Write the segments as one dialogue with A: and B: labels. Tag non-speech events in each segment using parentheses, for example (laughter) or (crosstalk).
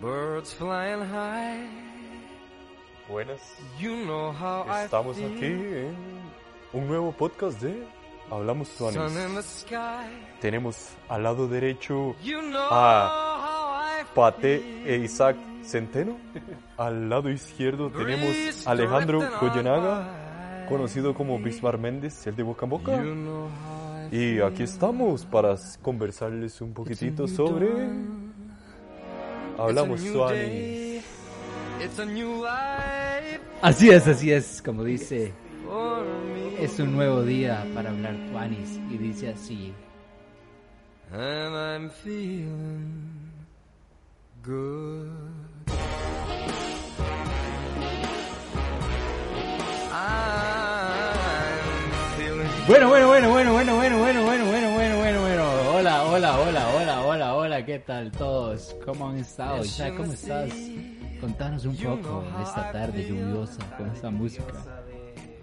A: Birds flying high.
B: Buenas,
A: You know how
C: Ah,
A: I
B: estamos
A: feel.
B: aquí en un nuevo podcast de Hablamos
A: Sun in the
B: Tuanis.
A: sky.
B: Tenemos al lado derecho
A: You know
B: Ah.
A: how I
B: Pate
A: feel.
B: e Isaac Centeno. (laughs) Al lado izquierdo tenemos a Alejandro Goyenaga, conocido como Bismar Méndez, el de Boca en Boca.
A: You know how I
B: Y aquí estamos para conversarles un poquitito sobre Hablamos
A: It's a new
B: Tuanis.
A: day. It's a new life
C: Así es, así es, como dice,
A: for me.
C: es un nuevo día para hablar tuanis y dice así.
A: And I'm feeling good. I'm feeling
C: Bueno, bueno, bueno, bueno, bueno, bueno, bueno, bueno, bueno, bueno, bueno, bueno. Hola, hola, hola, hola, hola, hola, ¿qué tal todos? ¿Cómo han estado? Ya, ¿cómo estás? Contanos un poco de esta tarde lluviosa con esta música.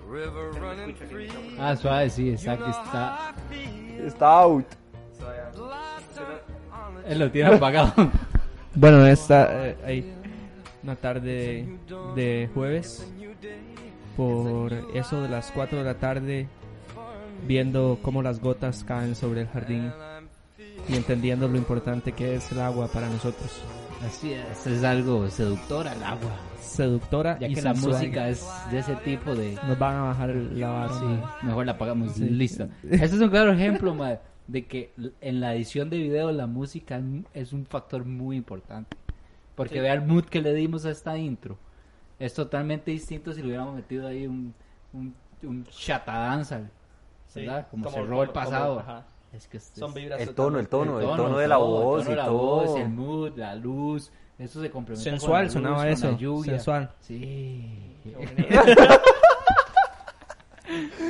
A: river running free.
C: Ah, suave, sí, exacto, está.
B: Está out.
C: Él lo (laughs) tiene apagado.
D: Bueno, esta eh, hay una tarde de jueves por eso de las 4 de la tarde viendo cómo las gotas caen sobre el jardín y entendiendo lo importante que es el agua para nosotros.
C: Así es, es algo seductor al agua.
D: Seductora
C: Ya
D: y
C: que la
D: sensual.
C: música es de ese tipo de.
D: nos van a bajar la vara. ma.
C: Sí, mejor la pagamos.
D: Sí. (laughs)
C: Listo. Este es un claro ejemplo, madre, de que l- en la edición de video la música n- es un factor muy importante. Porque vea el mood que le dimos a esta intro. Es totalmente distinto si le hubiéramos metido ahí un, un, un chatadanza, ¿verdad? como, cerró el pasado. es que este-
D: Son vibras
E: El tono, el tono, el tono,
C: el
E: de la
C: todo, el tono
E: voz
C: de
E: y
C: la
E: todo.
C: voz, el mood, la luz, eso se complementa con la
D: Sensual
C: luz,
D: sonaba
C: con la
D: eso,
C: lluvia.
D: sensual.
C: Sí.
F: (laughs)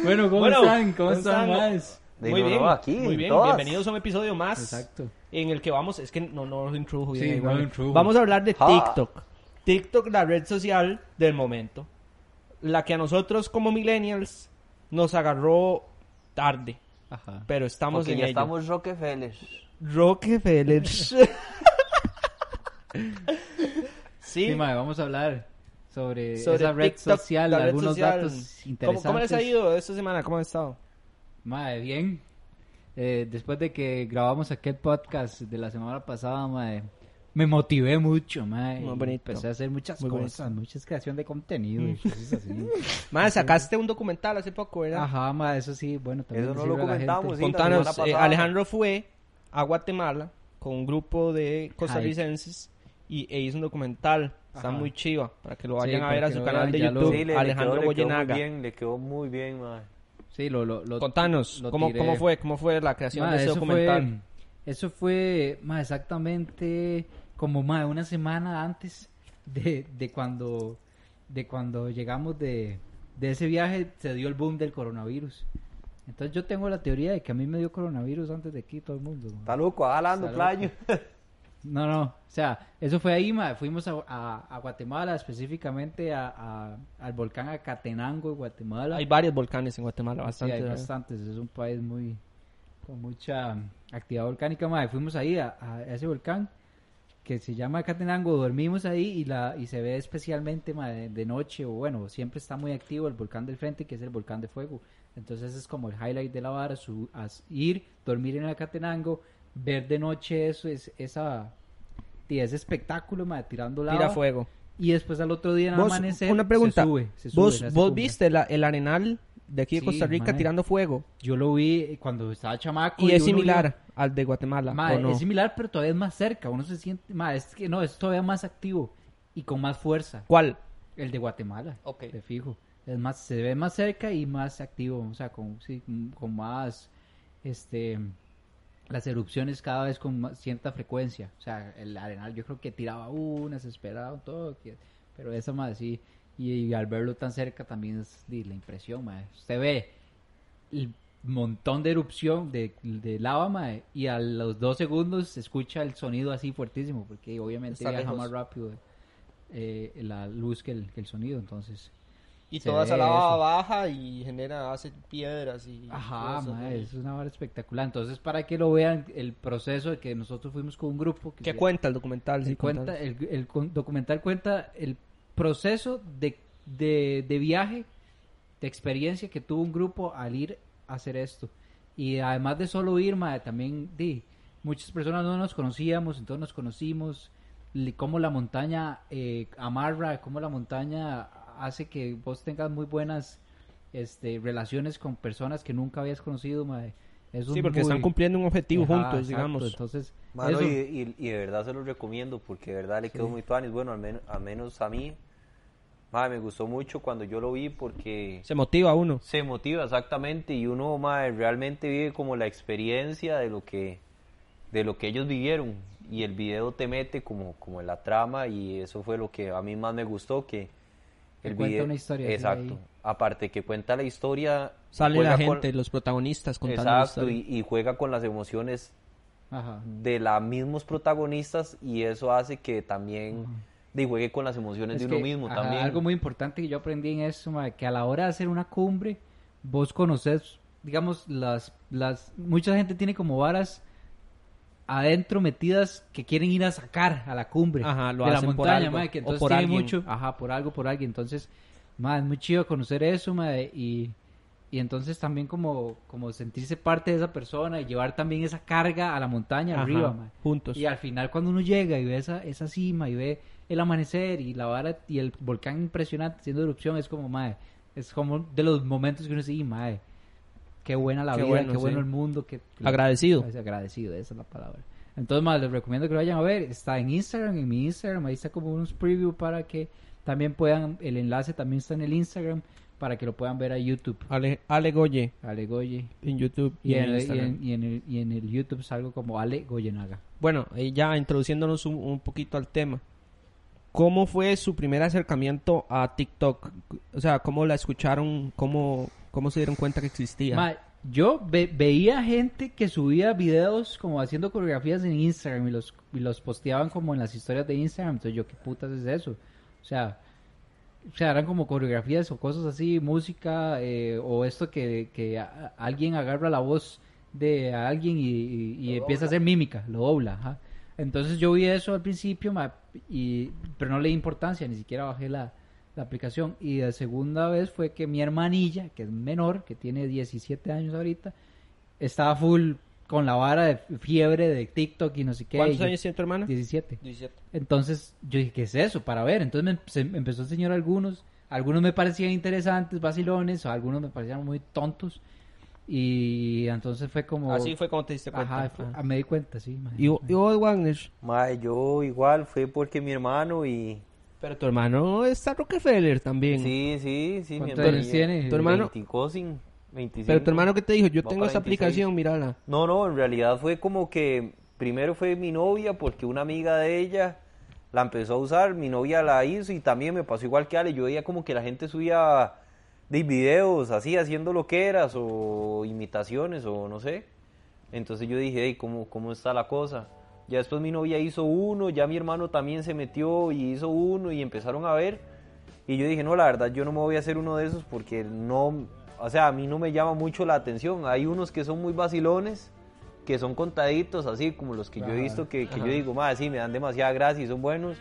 C: bueno, ¿cómo
F: Bueno,
C: están? ¿Cómo
F: ¿cómo
C: están,
F: están?
C: más?
E: De
F: muy
E: no,
F: bien,
E: no, aquí,
F: muy bien.
E: todas.
F: Bienvenidos a un episodio más
C: Exacto.
F: en el que vamos, es que no, no lo introdujo bien.
C: Sí, no
F: igual.
C: lo introdujo.
F: Vamos a hablar de
E: Ah.
F: TikTok. TikTok, la red social del momento. La que a nosotros como millennials nos agarró tarde,
C: Ajá.
F: pero estamos
E: Porque
F: en
E: ya
F: ello.
E: estamos Rockefeller.
F: Rockefeller.
E: (laughs)
C: Sí,
F: sí,
C: mae, vamos a hablar sobre,
F: sobre
C: esa red
F: TikTok,
C: social,
F: la red
C: algunos
F: social.
C: datos
F: ¿Cómo-
C: interesantes.
F: ¿Cómo les ha ido esta semana? ¿Cómo han estado?
C: Mae, bien. Eh, después de que grabamos aquel podcast de la semana pasada, mae, me motivé mucho, mae.
F: Muy bonito. Mm.
C: Empecé a hacer muchas
F: Muy
C: cosas, muchas creación de contenido y
F: (laughs)
C: cosas así.
F: Más, sacaste un documental hace poco, ¿verdad?
C: Ajá, mae, eso sí, bueno, también
E: Eso
C: le
E: no lo
C: sirve a la gente.
E: comentamos, sí. la semana
F: Contanos, eh,
E: pasada.
F: Alejandro fue a Guatemala con un grupo de costarricenses y e hizo un documental. Está
C: Ajá.
F: muy chiva para que lo
C: Sí,
F: vayan a
C: para
F: ver a
C: que
F: su
C: lo
F: canal
C: vean,
F: de
C: ya lo-
F: YouTube.
C: Sí,
F: Alejandro
E: le quedó muy
F: Goyenaga.
E: bien, le quedó muy bien, mae.
C: Sí, lo, lo, lo-
F: Contanos,
C: lo
F: ¿cómo,
C: tiré.
F: ¿cómo fue? ¿Cómo fue la creación
C: Ma,
F: de ese
C: eso
F: documental?
C: Fue, eso fue más exactamente como más una semana antes de, de cuando de cuando llegamos de, de ese viaje se dio el boom del coronavirus. Entonces yo tengo la teoría de que a mí me dio coronavirus antes de aquí todo el mundo. ma.
E: Está loco, ah, hablando,
C: Está
E: playo.
C: loco. No, no, o sea, eso fue ahí, ma, fuimos a, a- a Guatemala, específicamente a, a- al volcán Acatenango, en Guatemala.
F: Hay varios volcanes en Guatemala, bastante.
C: Sí, hay
F: ¿verdad?
C: bastantes. Es un país muy con mucha mm, actividad volcánica. Madre. Fuimos ahí a, a ese volcán que se llama Catenango. Dormimos ahí y la y se ve especialmente madre, de noche o bueno, siempre está muy activo el volcán del frente que es el volcán de fuego. Entonces es como el highlight de la vara, su- as- ir, dormir en el Catenango, ver de noche eso es esa y ese espectáculo, madre, tirando lava.
F: Tira fuego.
C: Y después al otro día en el
F: Vos,
C: amanecer
F: una pregunta.
C: se sube, se sube,
F: ¿Vos,
C: se hace
F: vos
C: como-
F: viste la- el arenal de aquí de
C: Sí,
F: Costa Rica
C: mae.
F: tirando fuego?
C: Yo lo vi cuando estaba chamaco
F: Y es
C: uno iba-
F: similar al de Guatemala.
C: Mae,
F: ¿o no?
C: Es similar, pero todavía es más cerca. Uno se siente. Mae, es que no, es todavía más activo y con más fuerza.
F: ¿Cuál?
C: El de Guatemala.
F: Ok.
C: De fijo. Es más, se ve más cerca y más activo. O sea, con, sí, con- con más. Este. las erupciones cada vez con más- cierta frecuencia. O sea, el arenal yo creo que tiraba una, se esperaba un toque, pero esa madre sí. Y, y al verlo tan cerca también es di, la impresión, madre. Usted ve el montón de erupción de, de lava, madre, y a los dos segundos se escucha el sonido así fuertísimo, porque obviamente
F: Está
C: viaja
F: lejos.
C: más rápido eh, la luz que el, que el sonido, entonces...
F: Y
C: Se
F: toda esa
C: ve
F: lava
C: eso.
F: baja y genera, hace piedras y...
C: Ajá,
F: cosas,
C: mae,
F: ¿no?
C: es una hora espectacular. Entonces, para que lo vean, el proceso de que nosotros fuimos con un grupo. Que
F: ¿Qué
C: se-
F: cuenta el documental?
C: el
F: Sí,
C: cuenta-
F: cuenta.
C: el- el con- documental cuenta el proceso de, de- de viaje, de experiencia que tuvo un grupo al ir a hacer esto. Y además de solo ir, mae, también di, muchas personas no nos conocíamos, entonces nos conocimos. li- Cómo la montaña eh, amarra, cómo la montaña hace que vos tengas muy buenas este, relaciones con personas que nunca habías conocido. mae. Es
F: Sí,
C: un
F: porque están
C: muy-
F: cumpliendo un objetivo
C: Ajá,
F: juntos,
C: exacto,
F: digamos.
C: Entonces,
E: Mano,
C: eso-
E: y, y- y de verdad se los recomiendo porque de verdad le quedó muy tuanis. Bueno, al menos, a menos a mí, madre, me gustó mucho cuando yo lo vi porque
F: Se motiva uno.
E: se motiva exactamente y uno madre, realmente vive como la experiencia de lo que de lo que ellos vivieron y el video te mete como, como en la trama y eso fue lo que a mí más me gustó que
C: Que cuenta una historia, sí,
E: exacto
C: ahí.
E: aparte que cuenta la historia
D: Sale
E: juega
D: la
E: con-
D: gente, los protagonistas contando la
E: exacto
D: historia.
E: y, y juega con las emociones
C: ajá.
E: de los mismos protagonistas y eso hace que también de, juegue con las emociones
C: Es
E: de uno
C: que,
E: mismo
C: ajá,
E: también
C: Algo muy importante que yo aprendí en eso, mae, que a la hora de hacer una cumbre, vos conoces, digamos, las, las, mucha gente tiene como varas adentro metidas que quieren ir a sacar a la cumbre
D: Ajá, lo
C: de la
D: hacen por
C: montaña,
D: algo,
C: mae, que
D: o
C: entonces
D: por
C: tiene
D: alguien.
C: mucho, ajá, por algo, por alguien, entonces, mae, es muy chido conocer eso, mae, y, y entonces también como, como sentirse parte de esa persona y llevar también esa carga a la montaña
D: Ajá,
C: arriba, mae.
D: juntos.
C: Y al final cuando uno llega y ve esa, esa cima y ve el amanecer y la vara y el volcán impresionante haciendo erupción, es como, mae, es como de los momentos que uno dice, "Y, mae, qué buena la
D: Qué
C: vida,
D: bueno,
C: qué bueno
D: sí.
C: el mundo, qué...
D: (laughs) Agradecido.
C: Es agradecido, esa es la palabra. Entonces, mae, les recomiendo que lo vayan a ver. Está en Instagram, en mi Instagram, ahí está como unos preview para que también puedan, el enlace también está en el Instagram para que lo puedan ver a YouTube.
D: Ale, Ale Goye
C: Ale Goye.
D: en YouTube y,
C: Y, en,
D: en
C: y
D: Instagram.
C: en- y en el, y en el YouTube salgo como Ale Goyenaga.
D: Bueno, eh, ya introduciéndonos un, un poquito al tema. ¿Cómo fue su primer acercamiento a TikTok? O sea, ¿cómo la escucharon? ¿Cómo, cómo se dieron cuenta que existía?
C: Ma, yo ve- veía gente que subía videos como haciendo coreografías en Instagram y los, y los posteaban como en las historias de Instagram. Entonces yo, ¿qué putas es eso? O sea, o sea eran como coreografías o cosas así, música eh, o esto que, que a- a- alguien agarra la voz de alguien y, y- y empieza a hacer mímica, lo dobla. ajá. Entonces yo vi eso al principio, ma, y, pero no le di importancia, ni siquiera bajé la, la aplicación. Y la segunda vez fue que mi hermanilla, que es menor, que tiene 17 años ahorita, estaba full con la vara de fiebre de TikTok y no sé qué.
D: ¿Cuántos
C: y yo-
D: años tiene tu hermana?
C: 17. Entonces yo dije, ¿qué es eso? Para ver. Entonces me, se- me empezó a enseñar algunos. Algunos me parecían interesantes, vacilones, o algunos me parecían muy tontos. Y entonces fue como...
F: Así
D: Oh.
F: fue como te diste cuenta.
C: Ajá, fue- ah, me di cuenta, sí.
D: ¿Y,
C: imagínate.
D: vo- y vos, Wagner?
E: Mae, yo igual fue porque mi hermano y
D: Pero tu hermano está Rockefeller también.
E: sí sí sí mi
C: ¿Cuántos años
E: hermanillo.
C: tiene?
D: tu hermano-
E: 20, 25.
D: Pero tu hermano que te dijo, yo
E: Va
D: tengo
E: para
D: esta
E: 26.
D: aplicación, mírala.
E: No, no, en realidad fue como que primero fue mi novia porque una amiga de ella la empezó a usar, mi novia la hizo y también me pasó igual que Ale, yo veía como que la gente subía de videos así haciendo loqueras o imitaciones o no sé. Entonces yo dije, "Ey, ¿cómo, ¿cómo está la cosa? Ya después mi novia hizo uno, ya mi hermano también se metió y hizo uno y empezaron a ver. Y yo dije, no, la verdad, yo no me voy a hacer uno de esos porque no, o sea, a mí no me llama mucho la atención. Hay unos que son muy vacilones, que son contaditos, así como los que yo he visto, que, que yo digo, más sí, me dan demasiada gracia y son buenos.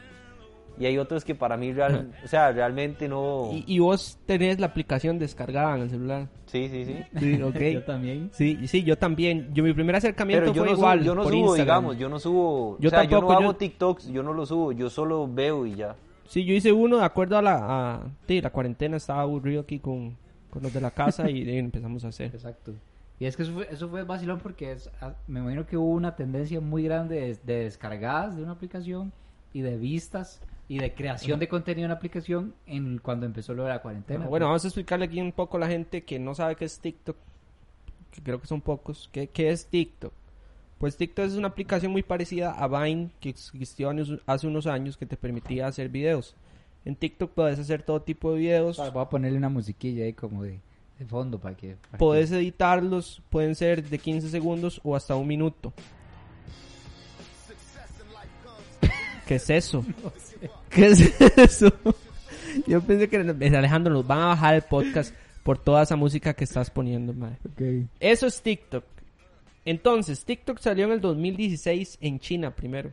E: Y hay otros que para
D: (laughs)
E: mí, real- o sea, realmente no...
D: Y, y vos tenés la aplicación descargada en el
E: (laughs)
D: celular.
E: Sí, sí, sí.
D: Sí,
C: Yo también.
D: Sí, sí, yo también. Yo mi primer acercamiento
E: Pero yo
D: fue
E: no
D: igual
E: subo, yo no
D: por
E: subo
D: Instagram.
E: digamos, yo no subo,
D: Yo
E: o sea, yo
D: tampoco,
E: no
D: yo-
E: hago TikToks, yo no lo subo, yo solo veo y ya.
D: Sí, yo hice uno de acuerdo a la... a- sí, la cuarentena estaba aburrido aquí con, con los de la casa y, y empezamos a hacer.
C: Exacto. Y es que eso fue, eso fue vacilón porque es, ah, me imagino que hubo una tendencia muy grande de, de descargadas de una aplicación y de vistas y de creación de contenido en la aplicación en cuando empezó lo de la cuarentena. pues.
D: Ah, Bueno, vamos a explicarle aquí un poco a la gente que no sabe qué es TikTok, que creo que son pocos, qué, qué es TikTok. Pues TikTok es una aplicación muy parecida a Vine que existió años- hace unos años que te permitía hacer videos. En TikTok puedes hacer todo tipo de videos,
C: Voy a ponerle una musiquilla ahí como de, de fondo para que... para que-
D: podés editarlos, pueden ser de 15 segundos o hasta un minuto. ¿Qué es eso? ¿Qué es eso? Yo pensé que Alejandro nos van a bajar el podcast por toda esa música que estás poniendo, madre.
C: Ok.
D: Eso es TikTok. Entonces, TikTok salió en el 2016 en China primero.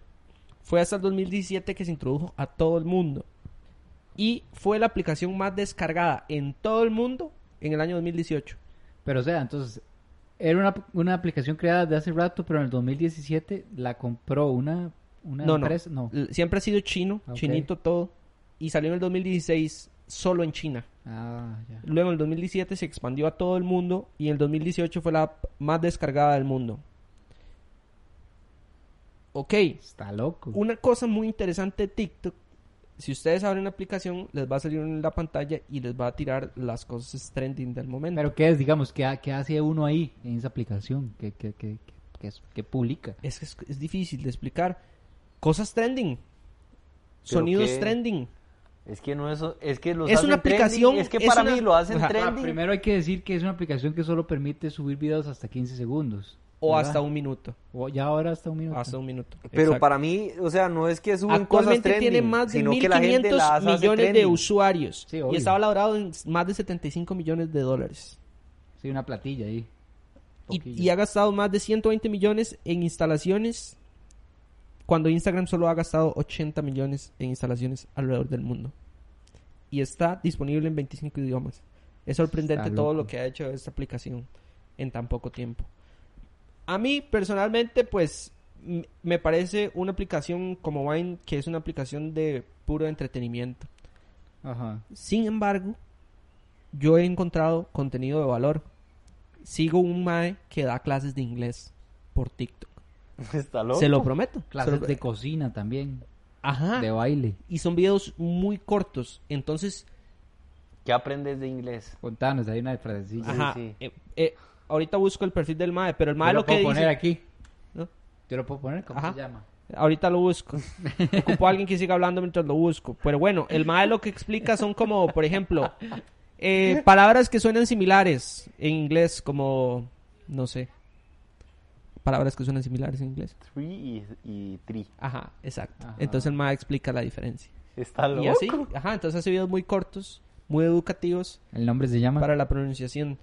D: Fue hasta el 2017 que se introdujo a todo el mundo. Y fue la aplicación más descargada en todo el mundo en el año 2018.
C: Pero o sea, entonces, era una, una aplicación creada de hace rato, pero en el 2017 la compró una, una
D: No, no.
C: empresa. No.
D: L- Siempre ha sido chino,
C: Ah, ok.
D: chinito todo. Y salió en el 2016 solo en China.
C: Ah, ya.
D: Luego en el 2017 se expandió a todo el mundo y en el 2018 fue la app más descargada del mundo. Ok,
C: Está loco.
D: Una cosa muy interesante de TikTok, si ustedes abren la aplicación, les va a salir en la pantalla y les va a tirar las cosas trending del momento.
C: Pero ¿qué es, digamos, qué, ha- qué hace uno ahí en esa aplicación? ¿Qué, qué, qué, qué, qué es- qué publica?
D: es que es, es difícil de explicar. Cosas trending.
E: ¿Pero
D: Sonidos
E: qué?
D: trending.
E: Es que no es, es que los
D: Es
E: hacen
D: una aplicación,
E: trending, es que
D: es
E: para
D: una-
E: mí lo hacen
D: o sea,
C: Ah,
E: trending.
C: primero hay que decir que es una aplicación que solo permite subir videos hasta 15 segundos.
D: O
C: ¿verdad?
D: hasta un minuto.
C: O ya ahora hasta un minuto.
D: Hasta un minuto.
E: Pero
D: Exacto.
E: para mí, o sea, no es que suben cosas
D: Actualmente
E: trending,
D: tiene más de
E: sino que la gente
D: 1.500
E: las hace
D: millones de
E: trending.
D: usuarios.
C: Sí,
D: y
C: obvio.
D: está valorado en más de 75 millones de dólares.
C: Sí, una platilla ahí.
D: y,
C: Poquillo.
D: y ha gastado más de 120 millones en instalaciones cuando Instagram solo ha gastado 80 millones en instalaciones alrededor del mundo. Y está disponible en 25 idiomas. Es sorprendente
C: Está
D: todo
C: loco.
D: lo que ha hecho esta aplicación en tan poco tiempo. A mí personalmente pues m- me parece una aplicación como Vine que es una aplicación de puro entretenimiento.
C: Ajá.
D: Sin embargo, yo he encontrado contenido de valor. Sigo un mae que da clases de inglés por TikTok.
E: (laughs) Está loco.
D: Se lo prometo. Se
C: Clases
D: lo-
C: de cocina también,
D: Ajá.
C: de baile.
D: Y son videos muy cortos. Entonces,
E: ¿Qué aprendes de inglés?
C: Contanos, hay una frasecilla.
D: ajá.
E: sí.
D: eh, eh, ahorita busco el perfil del mae, pero el
C: Yo
D: mae
C: lo,
D: lo que
C: puedo
D: dice...
C: poner aquí.
D: ¿No?
C: Yo lo puedo poner, ¿cómo
D: Ajá.
C: se llama?
D: Ahorita lo
E: (laughs)
D: busco. Ocupo a alguien que siga hablando mientras lo busco. Pero bueno, el mae lo que explica son como, por ejemplo, eh,
E: (laughs)
D: palabras que suenan similares en inglés, como, no sé, palabras que suenan similares en inglés.
E: Tree y, y tree.
D: Ajá, exacto.
C: Ajá.
D: Entonces el mae explica la diferencia.
E: Está loco.
D: Y así, ajá, entonces hace videos muy cortos, muy educativos
C: El nombre se llama.
D: para la pronunciación.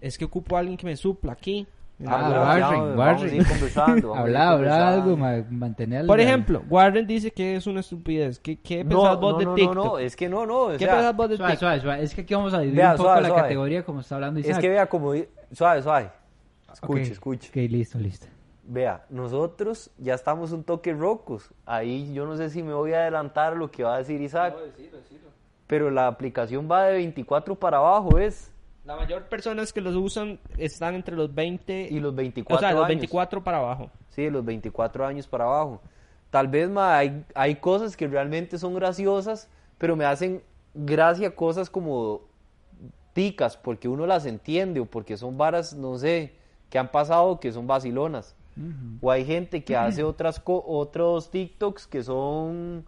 D: Es que ocupo a alguien que me supla aquí.
C: Ah,
E: bueno,
C: Warren,
E: vamos,
C: Warren.
E: vamos a ir conversando, vamos a ir
C: habla, habla
E: conversando.
C: algo, ma, mantener
D: Por ejemplo, Warren dice que es una estupidez. ¿Qué, qué
E: No,
D: pensás vos
E: no,
D: de
E: no,
D: TikTok?
E: No, no, es que no, no. o
D: ¿Qué
E: sea,
D: pensás vos de
C: Suave,
D: TikTok?
C: suave, suave. Es que aquí vamos a dividir
E: Vea,
C: un poco
E: suave,
C: la
E: suave.
C: categoría como está hablando Isaac.
E: Es que vea como... di- Suave, suave. Escuche,
C: Ok.
E: escuche.
C: Ok, listo, listo.
E: Vea, nosotros ya estamos un toque rocos. Ahí yo no sé si me voy a adelantar lo que va a decir Isaac. Pero la aplicación va de 24 para abajo, ¿es?
D: La mayor personas que los usan están entre los 20
E: Y los 24
D: O sea, los
E: años.
D: 24 para abajo.
E: Sí, de los 24 años para abajo. Tal vez ma, hay, hay cosas que realmente son graciosas, pero me hacen gracia cosas como ticas, porque uno las entiende o porque son varas, no sé, que han pasado que son vacilonas. O hay gente que hace otras co- otros TikToks que son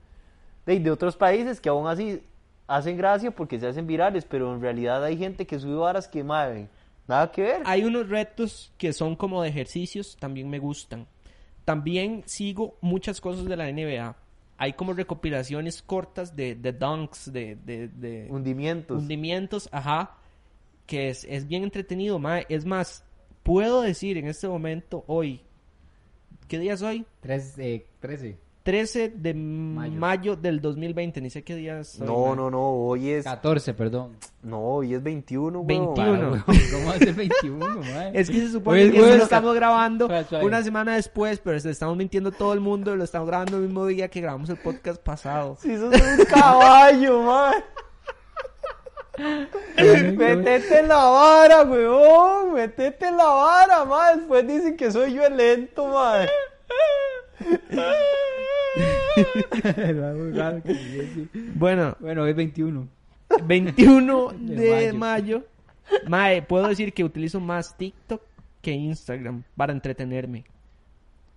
E: de, de otros países que aún así hacen gracia porque se hacen virales, pero en realidad hay gente que sube varas que, madre, nada que ver.
D: Hay unos retos que son como de ejercicios, también me gustan. También sigo muchas cosas de la NBA. Hay como recopilaciones cortas de, de dunks, de, de, de
E: Hundimientos.
D: hundimientos, ajá, que es, es bien entretenido. mae. Es más, puedo decir en este momento, hoy, ¿qué día es hoy?
C: Tres, eh, trece.
D: 13 de mayo,
C: Mayo.
D: del 2020, ni sé qué día es. hoy,
E: No,
D: mae.
E: no, no, hoy es...
C: Catorce, perdón.
E: No, hoy es 21, weón.
D: 21.
C: Ah, weón, ¿Cómo va a ser
E: (laughs)
C: 21, ma?
D: Es que se
C: Hoy
D: supone
C: es
D: que eso
C: jueves,
D: lo estamos grabando
C: Suave, suave.
D: una semana después, pero se estamos mintiendo todo el mundo, lo estamos grabando el mismo día que grabamos el podcast pasado.
E: Si sos un caballo, man. Métete en la vara, weón. Métete en la vara, man. Después dicen que soy yo el lento, man.
C: (laughs) Era muy raro que dijese.
D: Bueno,
C: Bueno, es 21.
D: 21 de,
C: (laughs) De
D: mayo. Mae, puedo decir que utilizo más TikTok que Instagram para entretenerme.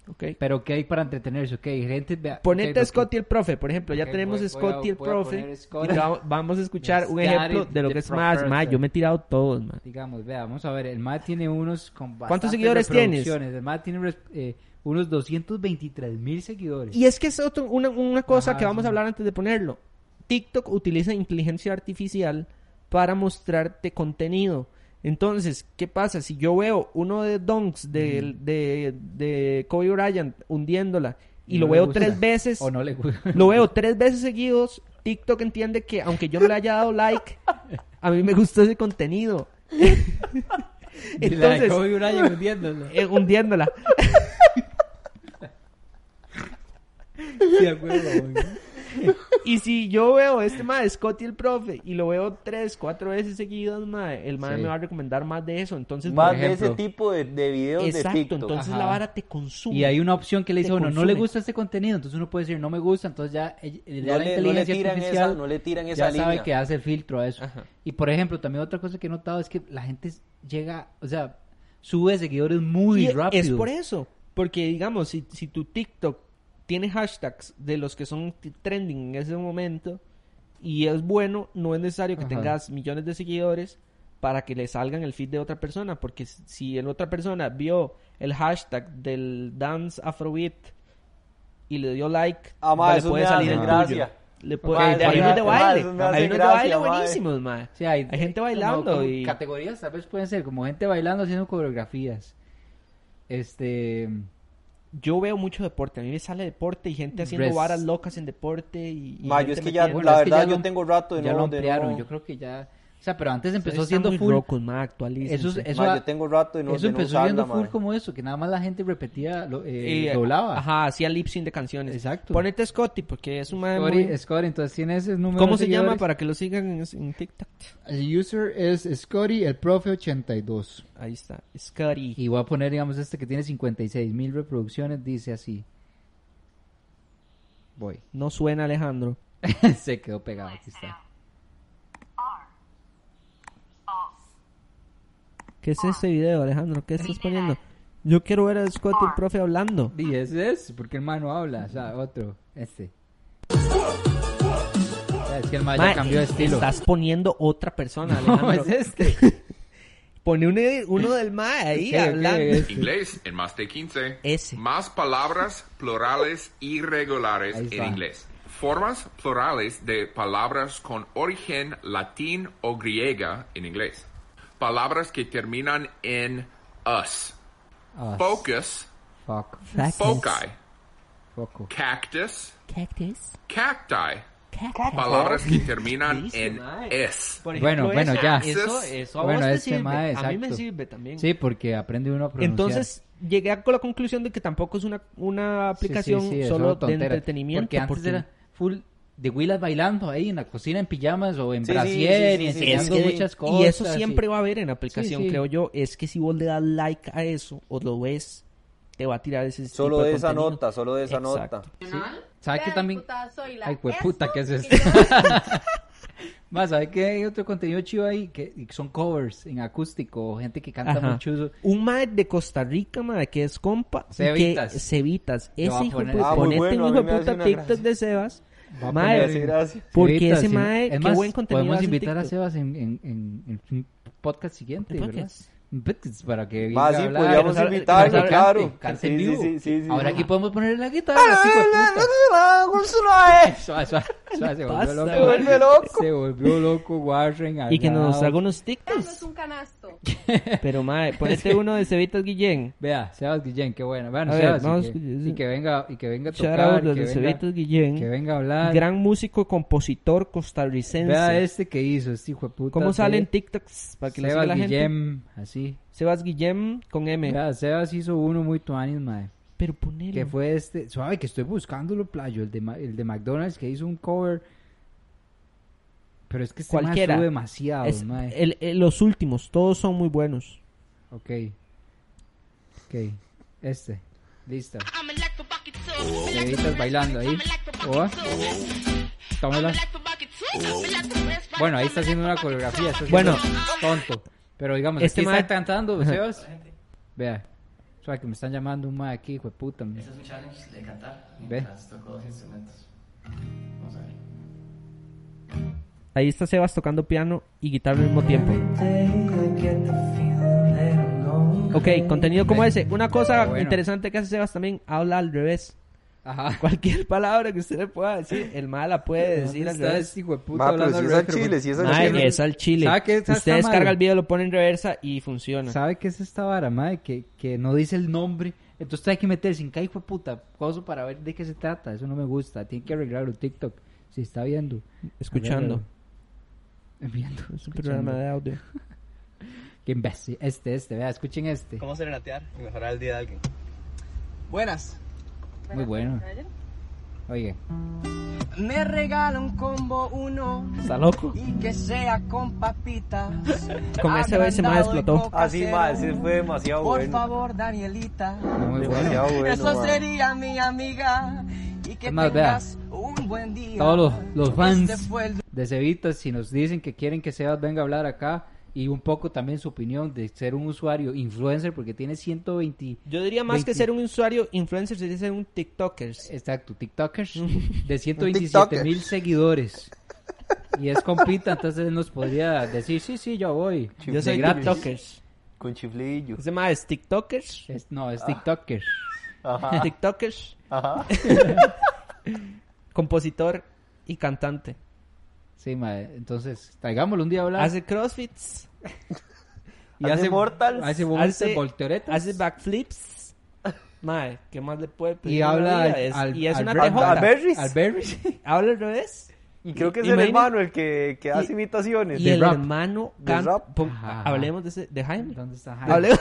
D: Ok.
C: Pero ¿qué hay para entretenerse? Ok, gente... vea-
D: Ponete
C: ok,
D: a
C: porque-
D: Scotty el profe, por ejemplo, ya
C: Ok,
D: tenemos
C: voy- voy a-
D: Scotty el
C: voy a
D: profe
C: poner
D: y
C: Scotty.
D: te va- vamos a escuchar un
C: Scotty
D: ejemplo de lo
C: the
D: que es más,
C: Professor.
D: más, yo me he tirado todos, man.
C: Digamos, vea, vamos a ver, el MAD tiene unos con bastantes
D: seguidores tienes?
C: reproducciones, El MAD tiene res- eh, unos 223 mil seguidores.
D: Y es que es otro- una, una cosa
C: Ajá,
D: que vamos
C: sí.
D: a hablar antes de ponerlo. TikTok utiliza inteligencia artificial para mostrarte contenido. Entonces, ¿qué pasa? Si yo veo uno de Donks de, de, de Kobe Bryant hundiéndola y
C: No
D: lo
C: le
D: veo
C: gusta.
D: tres veces,
C: O no le gusta.
D: (laughs) lo
C: (laughs)
D: veo tres veces seguidos, TikTok entiende que aunque yo no le haya dado like, a mí me gusta
C: (laughs)
D: ese contenido.
C: Entonces...
D: Entonces-
C: Kobe Bryant hundiéndolo.
D: (laughs) Eh, hundiéndola.
C: Sí, a huevo, güey.
D: Y si yo veo este mae, Scotty el profe, y lo veo tres, cuatro veces seguidas, mae, el mae
C: Sí.
D: me va a recomendar más de eso. Entonces,
E: Más
D: por
E: de
D: ejemplo,
E: ese tipo de, de videos de
D: Exacto,
E: TikTok.
D: entonces
C: Ajá.
D: la vara te consume.
C: Y hay una opción que le
D: Te
C: dice, bueno, no le
D: consume.
C: gusta este contenido, entonces uno puede decir, no me gusta, entonces ya, eh, ya la
E: no, le, no le
C: inteligencia
E: tiran
C: artificial
E: esa, no le tiran
C: ya
E: esa
C: sabe
E: línea.
C: que hace el filtro a eso.
D: Ajá.
C: Y por ejemplo, también otra cosa que he notado es que la gente llega, o sea, sube seguidores muy
D: Y
C: rápido.
D: es por eso. Porque, digamos, si, si tu TikTok tiene hashtags de los que son t- trending en ese momento y es bueno, no es necesario que
C: Ajá.
D: tengas millones de seguidores para que le salgan el feed de otra persona. Porque s- si la otra persona vio el hashtag del dance afrobeat y le dio like,
E: Ah, ma,
D: le
E: eso
D: puede
E: me
D: salir
E: hace
D: el
E: gracia.
D: tuyo. Le
E: Ma,
D: puede,
E: eso
D: hay
E: me
D: unos de
E: hace- ma,
D: baile,
E: eso me
D: hay
E: hace
D: unos de baile
E: gracia, ma.
D: buenísimos, ma.
C: O sea, hay,
D: Hay gente
C: como-
D: bailando
C: como
D: y-
C: Categorías tal vez pueden ser como gente bailando haciendo coreografías. Este...
D: Yo veo mucho deporte, a mí me sale deporte y gente haciendo
C: Res-
D: varas locas en deporte y... y
E: Ma, yo
D: gente
E: es que ya,
D: metida-
C: eh, Bueno,
E: la
C: es que
E: verdad,
C: ya
E: yo
C: lo-
E: tengo rato de
C: ya
E: no...
C: lo
E: de
C: ampliaron,
E: no-
C: yo creo que ya... O sea, pero antes
D: Ustedes
C: empezó
D: están
C: siendo
D: muy
C: full...
D: Locos, ma, actualícense.
C: Eso es-
E: Ma,
C: eso ha-
E: yo tengo rato de no
C: eso
E: de no
C: empezó siendo
E: usarla,
C: full
E: ma.
C: como eso, que nada más la gente repetía, lo, eh,
D: Eh,
C: doblaba.
D: Ajá, hacía lip sync de canciones.
C: Exacto.
D: Ponete a Scotty porque es un madre
C: Scotty-
D: muy-
C: Scotty, entonces tiene ese número
D: ¿Cómo
C: de
D: se llama
C: seguidores.
D: para que lo sigan en, en TikTok?
C: El user es Scotty, el profe 82.
D: Ahí está, Scotty.
C: Y voy a poner, digamos, este que tiene 56 mil reproducciones, dice así. Voy.
D: No suena Alejandro.
C: (laughs) Se quedó pegado, aquí está.
D: ¿Qué es este video, Alejandro? ¿Qué estás poniendo? Yo quiero ver a Scotty el profe hablando.
C: Y ese es, porque el mano habla, o sea, otro, este. Ah, Es que el man ya
D: Ma,
C: cambió de estilo.
D: Estás poniendo otra persona,
C: (laughs) No,
D: Alejandro.
C: es este.
D: Pone uno, uno del mae ahí
C: Ok, ok,
D: hablando.
C: este.
G: Inglés en más de 15.
D: Ese.
G: Más palabras plurales irregulares
C: Ahí
G: en
C: está.
G: inglés. Formas plurales de palabras con origen latín o griega en inglés. Palabras que terminan en us. (laughs)
C: Ah,
G: Focus,
C: fuck.
G: foci,
C: Foco.
G: cactus, cacti. Palabras que terminan en es.
D: Por
C: Bueno, bueno, ya.
D: Eso, eso a
C: Bueno,
D: vos te
C: este
D: sirve.
C: mae,
D: a mí me
C: exacto.
D: sirve también.
C: Sí, porque aprende uno a pronunciar.
D: Entonces llegué a- con la conclusión de que tampoco es una, una
C: Sí, sí,
D: aplicación
C: sí, es
D: solo
C: una
D: de
C: tontera.
D: entretenimiento.
C: Porque antes era full de Willas bailando ahí en la cocina en pijamas o en
E: Sí, sí,
C: brasier
E: sí,
C: y
E: sí, sí.
D: es
C: enseñando
D: que-
C: muchas cosas.
D: y eso siempre va a haber en la aplicación,
C: Sí, sí.
D: creo yo. Es que si vos le das like a eso o lo ves, te va a tirar ese
E: Solo
D: tipo de
E: de esa
D: contenido.
E: nota, solo de esa
D: Exacto.
E: nota.
C: ¿Sabes qué también? Ay, pues,
H: puta
C: puta, ¿qué es esto? (laughs) Más, ¿sabes qué? Hay otro contenido chido ahí que y son covers en acústico o gente que canta
D: Ajá.
C: muy chuzo.
D: Un mae de Costa Rica, mae, que es compa. y
C: Cevitas.
D: Que, Cevitas.
C: Yo voy
D: Ese
C: a
D: hijo de
C: poner-
D: puta.
C: Ah, muy
D: Ponete
B: bueno,
D: un
B: a
D: hijo
B: mí me
D: de
B: hace
D: puta
B: una
D: TikTok
B: gracia.
D: de Sebas.
C: Va a
D: Mae,
C: poner-
E: Así, gracias.
D: porque
C: Cevitas,
D: ese
C: sí.
D: mae,
C: Es
D: qué
C: más,
D: buen contenido
C: Podemos
D: hace en
C: invitar a
D: TikTok.
C: Sebas en, en, en, en un podcast siguiente,
D: Un
C: ¿verdad?
D: podcast.
C: Un podcast para que venga
E: Ma,
C: a
E: sí,
C: hablar,
E: podríamos
C: que nos-
E: invitarlo,
C: que nos
E: claro.
C: cante, cante
E: Sí,
C: en
E: sí,
C: vivo.
E: sí, sí, Ah, sí,
C: Ahora
E: sí.
C: aquí podemos ponerle la guitarra, hijo de pues, puta. (laughs)
E: eh?
C: Suave, suave, suave, se volvió
D: pasa,
C: loco.
D: Se vuelve
C: loco. Se volvió loco Warren.
D: Y que nos
C: Arnau.
D: haga unos
H: es
D: TikToks.
H: un canasto.
D: (laughs) Pero mae, ponete uno de Cevitas Guillén.
C: Vea, Sebas Guillén, qué bueno. Bueno,
D: A ver,
C: Sebas,
D: vamos
C: y,
D: a
C: que,
D: escuchar-
C: y que venga, y que venga a
D: Shout
C: tocar,
D: out
C: y
D: los
C: que
D: de
C: venga,
D: Cevitas
C: que
D: Guillén.
C: venga a hablar.
D: Gran músico, compositor costarricense.
C: Vea este que hizo, este hijo de puta.
D: ¿Cómo
C: de-
D: salen TikToks? Para que lo siga
C: Sebas
D: la gente.
C: Guillén, así.
D: Sebas Guillén con M.
C: Vea, Sebas hizo uno muy tuanis, mae.
D: Pero ponelo.
C: Que fue este, suave, que estoy buscándolo, playo, el de, Ma- el de McDonald's que hizo un cover. Pero es que este mae
D: Cualquiera.
C: sube demasiado,
D: Es-
C: mae.
D: el- el- los últimos, todos son muy buenos.
C: Ok. Ok. Este. Listo. Cevitas bailando ahí. Oh. Tómela. Bueno, ahí está haciendo una coreografía. está haciendo
D: Bueno.
C: tonto. Pero digamos,
D: Este
C: este aquí está
D: mae-
C: cantando, Sebas. Vea. O sea, que me están llamando un mae aquí, hijo de puta.
H: Ese es un challenge de cantar
C: Ve.
H: mientras toco dos instrumentos. Vamos a ver.
D: Ahí está Sebas tocando piano y guitarra al mismo tiempo. Ok, contenido como ese. Una cosa
C: Bueno.
D: interesante que hace Sebas también, habla al revés.
C: Ajá.
D: (laughs) Cualquier palabra que usted le pueda decir, el mal la puede decir al
C: Está
D: revés.
C: este hijo de puta
E: Ma, pero
C: hablando
E: si
C: al
E: es
C: revés,
E: al
C: pero-
E: chile, si es al
D: Mae,
E: chile.
D: es al chile.
C: ¿Sabe qué? Está-
D: Usted
C: está
D: descarga
C: mal.
D: el video, lo pone en reversa y funciona.
C: ¿Sabe qué es esta vara, mae? Que, que no dice el nombre. Entonces hay que meterse en cada hijo de puta coso para ver de qué se trata. Eso no me gusta. Tiene que arreglarlo TikTok. Si está viendo. (laughs)
D: Escuchando.
C: Viendo.
D: Es un
C: escuchando.
D: programa de audio.
C: Qué imbécil. Este, este. Vea, escuchen este.
H: ¿Cómo serenatear y mejorar el día de alguien? Buenas.
C: Muy bueno. Oye.
H: Me regala un combo uno
D: Está loco.
H: y que sea con papitas.
D: Con ese vez se me explotó.
E: Así, ma, ese fue demasiado bueno.
H: favor, Danielita.
C: Muy bueno.
E: Demasiado bueno,
H: Eso
E: ma.
H: sería mi amiga. Y que
C: Es más, vea.
H: tengas un buen día.
C: Todos los, los fans
H: Este fue el
C: de Cevitas, si nos dicen que quieren que Sebas venga a hablar acá y un poco también su opinión de ser un usuario influencer porque tiene 120
D: Yo diría más que
C: 20.
D: ser un usuario influencer, sería ser un TikToker.
C: Exacto, TikTokers de 127 mil seguidores. Y es compita, entonces él nos podría decir, sí, sí, yo voy.
D: Yo soy
C: De gratis.
D: TikTokers.
E: Con chiflillo.
D: Ese más es TikTokers.
C: Es- no, es TikToker.
D: (laughs) TikTokers. (laughs) Compositor y cantante.
C: Sí, mae, Entonces, traigámoslo un día a hablar.
D: Hace crossfits.
C: y
E: hace mortals,
C: Hace,
D: hace-
C: hace volteretas.
D: Hace backflips. Mae, ¿qué más le puede pedir?
C: y
D: a la
C: habla
D: vida?
C: al,
D: Es-
C: al-
D: y es
C: al
D: una
C: Ber-
D: tejota.
C: al
E: Berries.
C: Al
D: (laughs)
C: Berries.
D: Habla al revés.
E: Y creo que es el
D: Imagínate-
E: hermano el que, que hace
D: y-
E: imitaciones.
D: Y
C: de
D: el
C: rap.
D: hermano
E: De
D: can-
E: rap.
D: pon-
C: Ajá.
D: Hablemos de, ese- de Jaime.
C: ¿Dónde está Jaime?
D: Hablemos.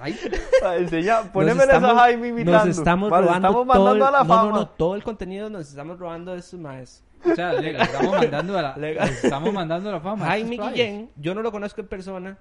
C: Ay,
E: Ah, Enseña, ponémele
D: Nos
E: a
D: estamos-
E: Jaime imitando.
D: Nos estamos
E: Ma, lo
D: robando
E: estamos
D: todo
E: mandando
D: el-
E: a la
D: no,
E: fama.
D: no, no, todo el contenido nos estamos robando de esos maes.
C: o sea, le, le estamos mandando a la, le
D: Legal.
C: estamos mandando a la fama.
D: Jaime
C: Estos flyers.
D: Guillén, yo no lo conozco en persona,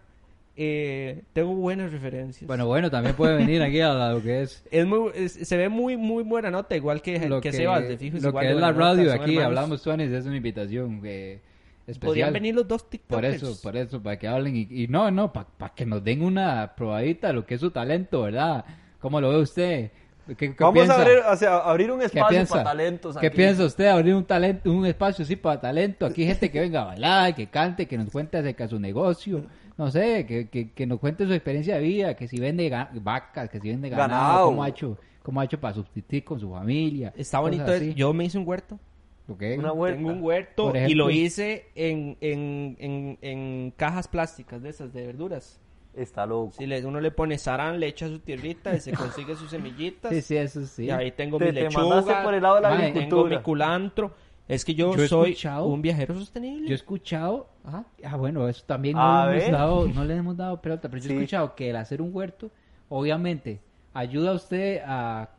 D: eh, tengo buenas referencias.
C: Bueno, bueno, también puede venir aquí a la- lo que es.
D: es muy, es- se ve muy, muy buena nota, igual que,
C: Lo
D: que, Sebas, de fijo.
C: lo
D: igual
C: que
D: de
C: es la
D: buena nota,
C: radio
D: son
C: aquí,
D: hermanos.
C: hablamos tuanes, es una invitación eh, especial.
D: Podrían venir los dos
C: Por
E: Pues,
D: TikTokers.
C: eso, por eso, para que hablen y, y no, no, para que nos den una probadita de lo que es su talento, ¿verdad? ¿Cómo lo ve usted? ¿Qué, qué
E: Vamos
C: piensa?
E: a abrir, o sea, abrir un
C: ¿Qué
E: espacio
C: piensa?
E: para talentos.
C: ¿Qué
E: aquí.
C: piensa usted? Abrir un talento, un espacio así para talento. Aquí hay gente que venga a bailar, que cante, que nos cuente acerca de su negocio, no sé, que, que, que nos cuente su experiencia de vida, que si vende ga- vacas, que si vende ganado,
E: Ganado.
C: cómo ha hecho, cómo ha hecho para subsistir con su familia.
D: Está
C: cosas
D: bonito.
C: así.
D: es- Yo me hice un huerto.
C: ¿Ok?
E: Una vuelta.
D: Tengo un huerto
C: Por
D: y
C: ejemplo.
D: lo hice en, en, en, en cajas plásticas de esas, de verduras.
E: Está loco.
D: Si le- uno le pone sarán, le echa su tierrita
C: (laughs)
D: y se consigue sus semillitas.
C: Sí, sí, eso sí.
D: Y ahí tengo
E: Te-
D: mi
E: te
D: lechuga.
E: mandaste por el lado de la
D: mae, (laughs) Tengo
E: agricultura.
D: mi culantro. Es que yo,
C: Yo he
D: soy
C: escuchado-
D: un viajero sostenible.
C: Yo
D: (laughs)
C: he escuchado
D: Ajá.
C: Ah, bueno, eso también
E: A
C: no le, hemos
E: ver.
C: dado, no le hemos dado pelota, pero yo he
E: Sí.
C: escuchado que el hacer un huerto, obviamente, ayuda a usted a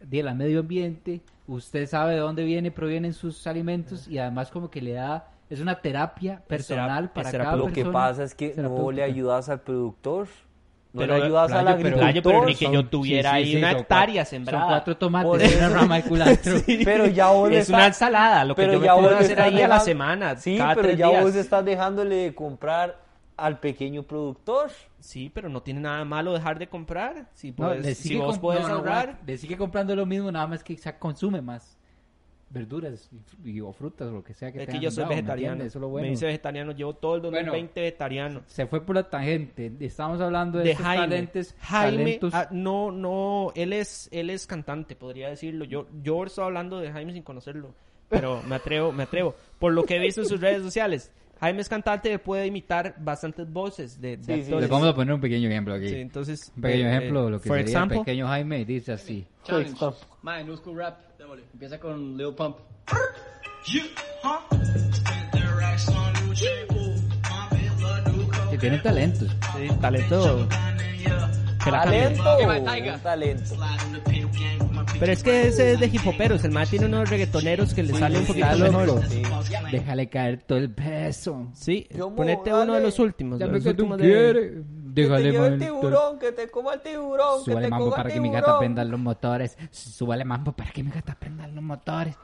C: de la medio ambiente, usted sabe de dónde viene, provienen sus alimentos y además como que le da, es una terapia personal
D: terap-
C: para
D: es
C: cada
D: terapia.
E: Lo
C: persona.
E: que pasa es que no le
C: terapéutica.
E: ayudas al productor, no
D: Pero,
E: le ayudas
D: playo,
E: al
D: pero-
E: agricultor.
D: playo,
E: Pero,
D: pero ni que yo
C: Son-
D: tuviera
C: sí, sí,
D: ahí
C: sí,
D: una
C: son cua-
D: hectárea
C: Son
D: sembrada.
C: cuatro
D: Por
C: tomates y
D: eso-
C: una rama de culantro.
E: (laughs) ya vos le
D: Es una
E: estás-
D: ensalada, lo que
E: pero
D: yo me
E: ya
D: pongo
E: vos
D: a
E: le
D: hacer
E: estás
D: ahí a la
E: dejando-
D: semana,
E: Sí,
D: cada
E: pero
D: tres
E: ya
D: días.
E: vos estás dejándole de comprar al pequeño productor.
D: Sí, pero no tiene nada malo dejar de comprar. Si,
C: No,
D: puedes-
C: le
D: si
C: sigue
D: vos
C: comp-
D: podés
C: no, no,
D: ahorrar.
C: guau, le sigue comprando lo mismo, nada más que se consume más verduras y- y, o frutas o lo que sea que
D: es
C: tenga
D: que yo soy
C: sembrado, ¿me
D: vegetariano.
C: entiende? Eso es lo bueno.
D: Me hice vegetariano. Llevo todo el
C: Bueno.
D: 2020 vegetariano.
C: Se fue por la tangente. Estamos hablando de, este
D: de
C: estos
D: Jaime.
C: talentos.
D: Jaime,
C: talentos-
D: ah, no, no, él es, él es cantante, podría decirlo. Yo, yo estoy hablando de Jaime sin conocerlo, pero me atrevo, me atrevo. Por lo que he visto en sus redes sociales, Jaime es cantante, puede imitar bastantes voces de, de
E: Sí, sí,
D: actores.
C: Les vamos a poner un pequeño ejemplo aquí.
D: Sí, entonces,
C: Un pequeño
D: eh,
C: ejemplo de
D: eh,
C: lo que
D: for
C: sería
D: example,
C: el pequeño Jaime. Dice así.
H: challenge.
E: Pues,
H: Mae, new school rap. Démosle. Empieza con Lil Pump.
C: Que tienen talentos.
D: sí, talento que la cambie.
E: Talento,
H: Ok, va, Taiga.
E: un talento.
D: Pero es que ese es de hip hoperos, el más tiene unos reggaetoneros que le sale un poquito mejor.
C: Sí. Déjale caer todo el peso.
D: Sí,
E: Yo,
D: ponete
E: dale.
D: uno de los últimos. de los últimos de-
C: Déjale
E: que te lleve el
C: mal-
E: tiburón, que te coma el tiburón, que
C: Súbale
E: te
C: mambo
E: coma el
C: para que mi gata
E: tiburón.
C: prenda los motores. Súbale mambo para que mi gata prenda los motores.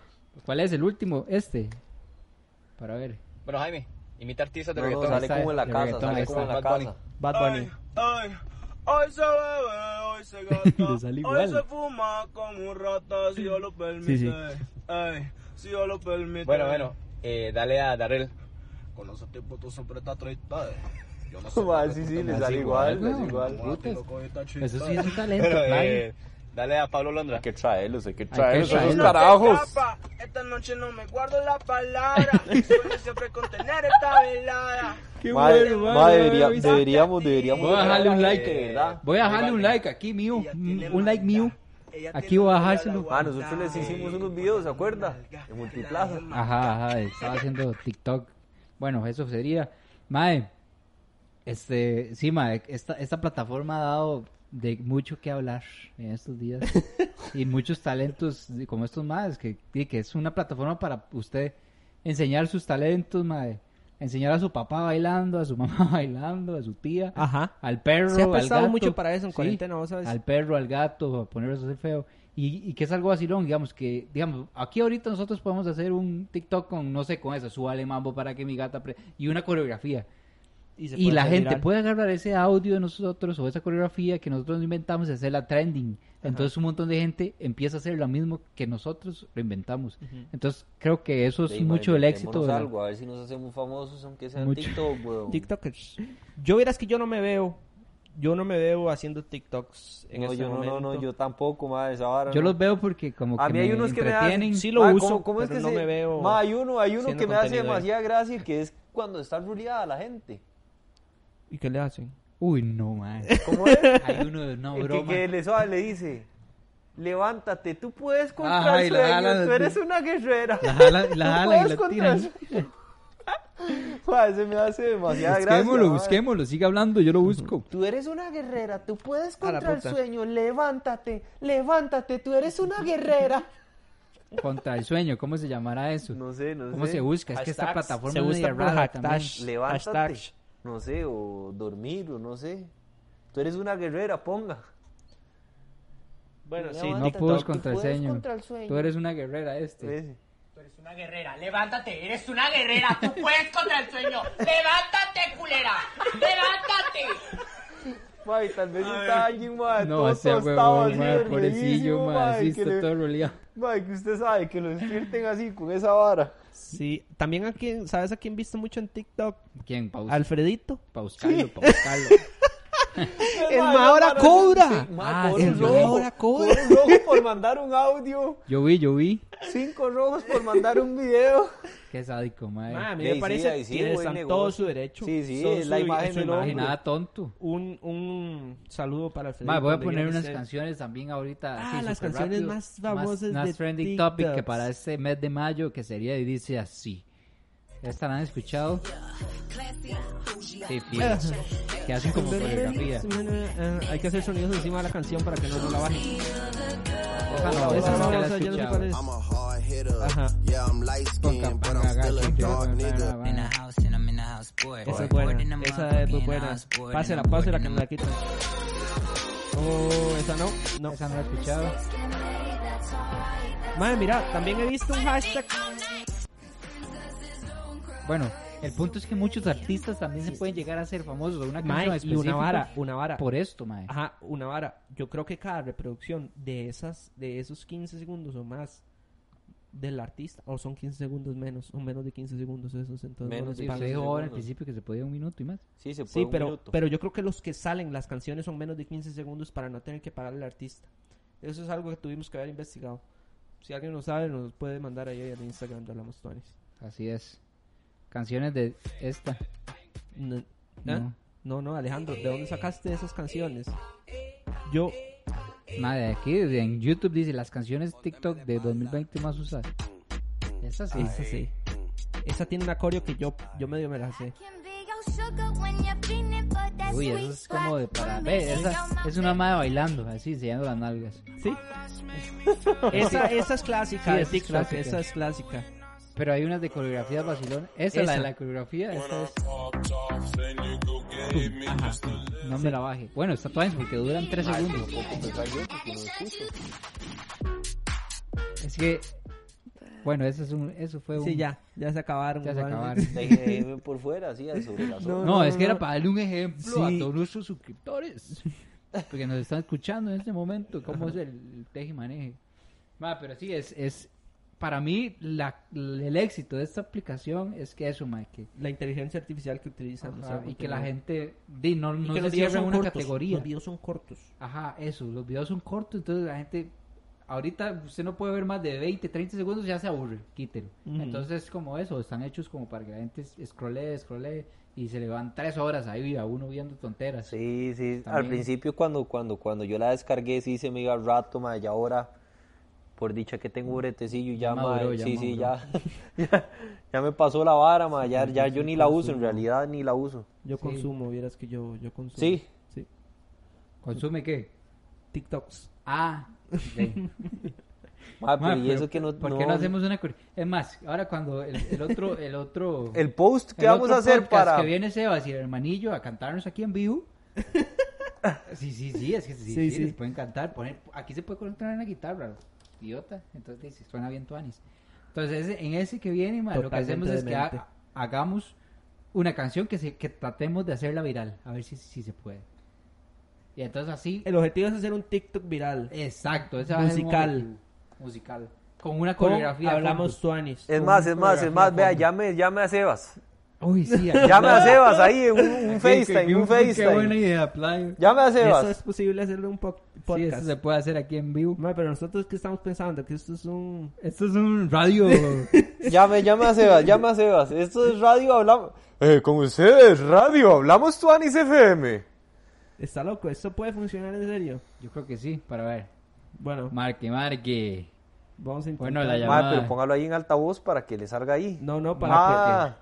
C: ¿Cuál es el último? Este. Para ver.
H: Bueno, Jaime, imita artistas de
E: No, no,
H: reggaetón.
E: sale como en la
C: De
E: casa,
C: reggaetón,
E: sale
C: ahí
E: como en
C: está.
E: la
H: Bad Bunny.
E: casa.
D: Bad Bunny.
A: Ay, ay, hoy se bebe, hoy
I: Hoy se
D: (laughs)
I: gasta,
C: Le sale
I: hoy
C: igual.
I: se fuma como un rata, si Dios lo permite.
D: sí.
I: Ey, si Dios lo permite.
H: Bueno, bueno, eh, dale a Darrell.
I: Con esos tipos tú siempre estás triste. eh. Yo
D: (laughs)
I: no sé.
B: Ma, sí, sí, le sale igual, le sale igual.
I: cómo la tengo con esta chica.
C: Eso sí es un talento,
H: Pero,
C: claro.
H: eh, dale a Pablo Londra.
E: que traerlos, hay que
C: traerlos a esos
I: No te escapa, Esta noche no me guardo la
D: (laughs)
I: palabra. Suelo siempre contener esta velada.
C: Qué
B: Madre,
C: bueno,
B: madre,
C: madre,
B: debería-
C: madre.
B: deberíamos, deberíamos.
C: Voy a dejarle un like.
E: De verdad.
C: Voy a dejarle un like aquí mío.
I: Ella tiene
C: Un un like mío.
I: maldad, ella
C: Aquí
I: tiene
C: voy a
I: maldad,
C: dejárselo.
I: la
E: Ah, nosotros les hicimos unos videos, ¿se acuerda? De multiplaza.
C: Ajá, ajá, estaba haciendo TikTok. Bueno, eso sería. Mae, este, sí, mae, esta, esta plataforma ha dado de mucho que hablar en estos
D: (laughs)
C: días. y muchos talentos de- como estos madres, que, y que es una plataforma para usted enseñar sus talentos, mae. Enseñar a su papá bailando, a su mamá (laughs) bailando, a su tía,
D: Ajá.
C: al perro,
D: Se ha
C: al
D: prestado
C: gato.
D: mucho para eso en cuarentena, vos sabes.
C: Al perro, al gato, a ponerlos a hacer feo. Y, y que es algo vacilón, digamos, que, digamos, aquí ahorita nosotros podemos hacer un TikTok con, no sé, con eso, súbale mambo para que mi gata... pre- Y una coreografía.
D: se
C: Y
D: puede
C: la
D: hacer
C: gente
D: viral.
C: puede agarrar ese audio de nosotros o esa coreografía que nosotros inventamos y hacerla trending. Entonces un montón de gente empieza a hacer lo mismo que nosotros lo inventamos. Entonces creo que eso es
E: Ey,
C: mucho
E: madre,
C: el éxito.
E: inventémonos
C: de la-
E: algo, a ver si nos hacemos famosos, aunque sea en
C: Mucho.
E: TikTok, weón.
D: TikTokers. Yo verás que yo no me veo. Yo no me veo haciendo TikToks en
E: No,
D: este
E: yo no,
D: momento.
E: no, no, yo tampoco, madre, esa vara.
C: Yo
E: no.
C: los veo porque como
E: A
C: que
E: mí hay
C: me
E: unos que me
C: entretienen.
E: hacen.
D: Sí lo
E: Ma,
D: uso,
E: ¿cómo- cómo es
D: pero
E: que
D: no
E: se-
D: me veo
E: Ma, hay uno, hay uno
D: haciendo
E: que me hace
D: contenido ahí.
E: demasiada gracia que es cuando está ruleada la gente.
D: ¿Y qué le hacen?
C: Uy, no, man.
E: ¿Cómo (laughs) es?
C: Hay uno de una
E: El que,
C: broma.
E: que le, suave le dice, levántate, tú puedes comprar
C: Ajá, y la
E: sueños,
C: jala-
E: tú eres una guerrera.
C: La
E: (laughs)
C: jala, la
E: Tú
C: jala y
E: puedes
C: la
E: contra
C: tiran.
E: Ma, ese me hace demasiada gracia.
C: Busquémoslo,
E: ma.
C: busquémoslo, siga hablando, yo lo busco.
E: Tú eres una guerrera, tú puedes
D: A la
E: contra el
D: puta.
E: sueño, levántate, levántate, tú
C: (laughs)
E: eres una guerrera.
C: Contra el sueño, ¿cómo se llamará eso?
E: No sé, no sé.
C: ¿Cómo se busca? Es que esta
E: Hashtags.
C: plataforma
D: Se
C: es
D: busca
C: media
D: por
C: rara
D: hashtag.
C: también.
E: Levántate.
D: Hashtag.
E: No sé, o dormir, o no sé. Tú eres una guerrera, ponga.
D: Bueno, sí,
E: Levántate,
C: No puedes
E: tú
C: contra el
E: puedes
C: sueño.
E: contra el sueño.
C: Tú eres una guerrera este.
E: Ese.
J: Tú eres una guerrera, levántate, eres una guerrera, tú puedes contra el sueño. Levántate, culera, levántate.
E: Mae, tal vez está alguien, mae,
C: No,
E: todo
C: ese
E: tostado
C: huevón,
E: así,
C: madre, pobrecillo,
E: verguísimo,
C: madre, sí,
E: que,
C: está
E: le-
C: todo roleado.
E: mae, que usted sabe que lo despierten así, con esa vara.
D: Sí, también a quien, ¿sabes a quién viste mucho en TikTok?
E: Pues,
C: ¿Quién? Paus,
D: Alfredito.
C: Pauscalo, Pauscalo.
D: El mae ahora cobra.
C: Ah,
E: (laughs) Mae, cobra
C: el mae
E: un rojo,
D: ahora cobra.
E: cobra un rojo por mandar un audio,
C: Yo vi, yo vi.
E: cinco rojos por mandar un video.
C: Qué sádico,
D: Ma, a
C: madre.
D: mí
E: Ey,
D: me
E: sí,
D: parece
E: ahí sí,
D: que
E: buen
D: están
E: negocio.
D: todo su derecho.
E: Sí, sí,
D: Son
E: es la
D: su-
E: imagen
D: su
E: del
C: Y
E: hombre.
C: nada tonto.
D: Un, un saludo para Alfredito.
C: Madre, voy a
D: donde
C: poner
D: quiera que
C: unas
D: esté.
C: canciones también ahorita.
D: Ah,
C: así,
D: las
C: súper
D: canciones
C: rápido,
D: más famosas
C: Más,
D: de
C: trending topic que
D: TikToks.
C: para este mes de mayo que sería y dice así. Esta la han escuchado. Sí,
D: (laughs)
C: fiel. que hacen (laughs) como coreografía.
D: Eh, Hay que hacer sonidos encima de la canción para que no, no la bajen.
C: Esa Ah, no,
D: Esa
C: esa
D: no,
C: no la
D: o sea,
C: he
D: yo no sé
C: escuchado.
D: cuál es.
I: I'm a hard hitter.
D: Ajá.
I: Yeah, I'm light
C: Con
I: skinned, but I'm
C: Capanga,
I: still a
C: que yo-
I: dark nigga.
C: Bueno,
D: Esa es buena, esa es muy buena. Pásela, pásela que no la quitan. Oh, esa no, no.
C: Esa no la he escuchado.
D: Madre, mira, también he visto un hashtag.
C: Bueno, el punto es que muchos artistas también se pueden llegar a ser famosos. Una canción
D: Mae, y
C: específica
D: una vara, una vara.
C: Por esto, mae.
D: Ajá, una vara. Yo creo que cada reproducción de esas, de esos 15 segundos o más del artista, o son 15 segundos menos, o menos de 15 segundos esos, entonces bueno,
E: Menos de
D: sí,
C: Sí, usted
E: sí,
C: dijo ahora al
E: segundos.
C: principio que se podía un minuto y más.
E: Sí, se puede
D: Sí,
E: un
D: pero,
E: minuto.
D: pero yo creo que los que salen, las canciones son menos de 15 segundos para no tener que pagarle al artista. Eso es algo que tuvimos que haber investigado. Si alguien lo sabe, nos puede mandar ahí al Instagram de Hablamos Tuanis.
C: Así es. Canciones de esta.
D: No, ¿eh?
C: No.
D: no, no, Alejandro, ¿de dónde sacaste esas canciones? Yo,
C: Madre, aquí de- en YouTube dice las canciones TikTok de 2020 más usadas. Esa sí.
D: esa sí. Esa tiene un acorio que yo, yo medio me la
C: (laughs)
D: sé.
C: Uy, eso es como de para. Ve, esa es una madre bailando, así, enseñando las nalgas.
D: Sí. esa, esa es clásica
C: Sí,
D: de
C: esa es
D: TikTok,
C: clásica.
D: esa es clásica.
C: Pero hay unas de coreografía vacilón. Esa, es la de
D: Esa.
C: la coreografía, esta es. No me la baje. Bueno, está Twins porque duran 3 segundos. Es que. Bueno, eso, es un, eso fue un.
D: Sí, ya, ya se acabaron.
C: Ya se
D: igual.
C: acabaron.
E: Deje- déjeme por fuera, así, sobre la
D: (laughs)
E: sombra.
C: No, es que era para darle un ejemplo a todos nuestros suscriptores. porque nos están escuchando en este momento, cómo es el, el teje y maneje. Ma, pero sí, es, es para mí la- el éxito de esta aplicación es que eso, ma, que
D: (laughs) La inteligencia artificial que utilizan.
C: Ajá, y que la gente di, no,
D: Y
C: no
D: que
C: se
D: los videos
C: cierra en
D: son
C: una
D: cortos,
C: categoría.
D: los videos son cortos.
C: Ajá, eso, los videos son cortos, entonces la gente, ahorita usted no puede ver más de 20, 30 segundos, ya se aburre, quítelo.
D: Ujú.
C: Entonces como eso, están hechos como para que la gente scrollee, scrollee y se le van tres horas ahí a uno viendo tonteras.
E: Sí, sí, al
C: También.
E: principio cuando, cuando, cuando yo la descargué, sí se me iba rato, ma, y ahora, por dicha que tengo bretecillo, ya, ma,
C: maduró, ya
E: sí, sí,
C: maduró.
E: ya, (laughs) ya, ya me pasó la vara, ma, ya, ya yo ni la uso, en
D: consumo.
E: realidad ni la uso.
D: Yo
E: Sí.
D: consumo, vieras que yo, yo consumo.
E: Sí.
D: Sí.
C: ¿Consume qué?
D: TikToks.
C: Ah,
E: (laughs)
C: ok.
E: Ma, Ah, pero
C: Ma,
E: y
C: pero
E: eso que no-
C: ¿Por qué no
E: no-
C: hacemos una cor- Es más, ahora cuando el, el otro... El, otro,
E: (laughs) El post que
C: el
E: vamos
C: otro
E: a hacer
C: podcast
E: para-
C: Que viene Sebas y el hermanillo a cantarnos aquí en vivo. Sí, sí, sí, es que sí,
D: Sí,
C: sí,
D: sí.
C: les pueden cantar. poner- aquí se puede conectar una guitarra, idiota. Entonces dice, suena bien Tuanis. Entonces ese- en ese que viene, ma, lo que
D: Totalmente
C: hacemos es que ha-
D: demente.
C: hagamos una canción que, se, que tratemos de hacerla viral. A ver si, si se puede. Y entonces así...
D: El objetivo es hacer un TikTok viral.
C: Exacto, ese va a ser el
D: musical.
C: objetivo. musical. Con una
D: Con
C: coreografía. de
D: hablamos
C: fondo.
D: tuanis.
E: Es
C: Con
E: más,
C: una
E: es más, es
C: coreografía
E: más,
C: de
E: vea,
C: fondo.
E: llame, llame a Sebas.
C: Uy, sí. aquí-
E: Llame a
C: (laughs)
E: Sebas ahí, un, un
C: Qué- qué-
E: FaceTime,
C: qué-
E: un
C: Qué buena
E: FaceTime.
C: idea, Playa.
E: Llame a
D: Eso
E: Sebas.
D: es posible hacerlo en un po-
C: Sí, eso
D: podcast.
C: se puede hacer aquí en vivo.
D: Ma, pero nosotros que estamos pensando que esto es un
C: Esto es un radio.
E: Llame, llame a Sebas, llame a Sebas. Esto es radio, hablamos.
B: Eh, con ustedes, radio, hablamos Tuanis FM.
D: está loco, esto puede funcionar en serio.
C: (laughs) Yo creo que sí, para ver.
D: Bueno,
C: Marque, marque.
D: vamos a intentar.
K: Ah,
C: Bueno, la
E: Ma,
C: llamada.
E: Ah, pero póngalo ahí en altavoz para que le salga ahí.
D: No, no, para
E: Ah,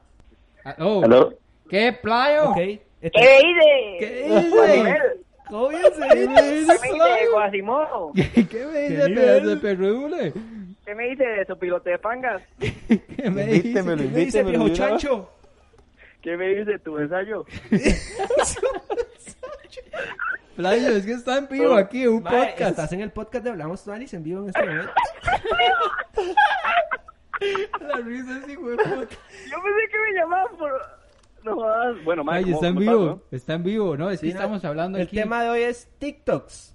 C: Ah, oh.
K: ¿Aló?
C: ¿Qué, Playo?
D: que Ok, esto-
K: ¿Qué hice?
C: (laughs) ¿Qué dice?
D: ¿Cómo bien se
K: ¿Qué
D: dice?
K: me dice, Guasimodo?
C: (laughs) ¿Qué me dice,
D: nivel?
C: pedazo de perrule?
K: ¿Qué me dice de su pilote de pangas?
C: (laughs) ¿Qué me dice?
E: Invítemelo,
D: ¿Qué dice
E: invítemelo.
D: viejo
E: de una vez.
D: chancho?
K: ¿Qué me dice de tu ensayo?
C: Playo, es que está en vivo aquí, un
D: Ma,
C: podcast.
D: Estás en el podcast de Hablamos Tuanis en vivo en este momento.
C: La risa es hijo de puta.
K: Yo pensé que me llamaban por... No jodas. Bueno, Mike,
C: Ay,
K: ¿cómo-
C: está en
K: cómo
C: vivo,
K: estás,
C: está en vivo, ¿no? Es que
D: Sí, no,
C: estamos hablando
D: El
C: aquí.
D: tema de hoy es TikToks.
K: no?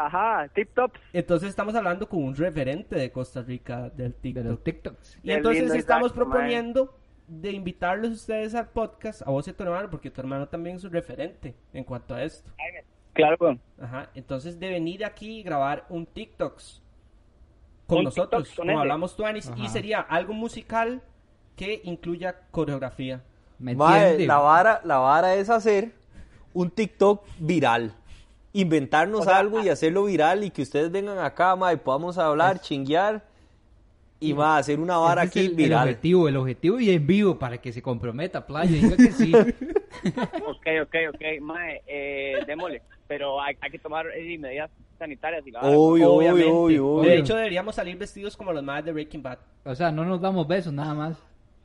K: Ajá, tip tops.
D: Entonces estamos hablando con un referente de Costa Rica del
C: de
D: TikTok.
C: los TikToks.
D: Y
K: Qué
D: entonces
K: lindo,
D: estamos
K: exacto, mae.
D: proponiendo de invitarlos ustedes al podcast, a vos y a tu hermano, porque tu hermano también es un referente en cuanto a esto.
K: Claro, weón.
D: Ajá. Entonces de venir aquí y grabar un TikToks con
K: Un
D: nosotros,
K: TikToks con
D: como
K: él.
D: hablamos Tuanis, y
C: Ajá.
D: sería algo musical que incluya coreografía.
C: ¿Me
E: Mae,
C: entiende?
E: la vara, la vara es hacer un TikTok viral. Inventarnos algo
K: ah.
E: y hacerlo viral y que ustedes vengan acá, mae, y podamos hablar, chinguear y va a hacer una vara
C: Ese
E: aquí
C: es el, el
E: viral.
C: objetivo, el objetivo y en vivo para que se comprometa, Playa, diga que sí.
K: Ok, ok, ok. Mae, eh, démosle. Pero hay, hay que tomar eh, medidas sanitarias y la vara.
E: Obvio, obvio,
D: Obviamente.
E: obvio,
D: De
E: obvio.
D: hecho, deberíamos salir vestidos como los más de Breaking Bad.
C: O sea, no nos damos besos nada más.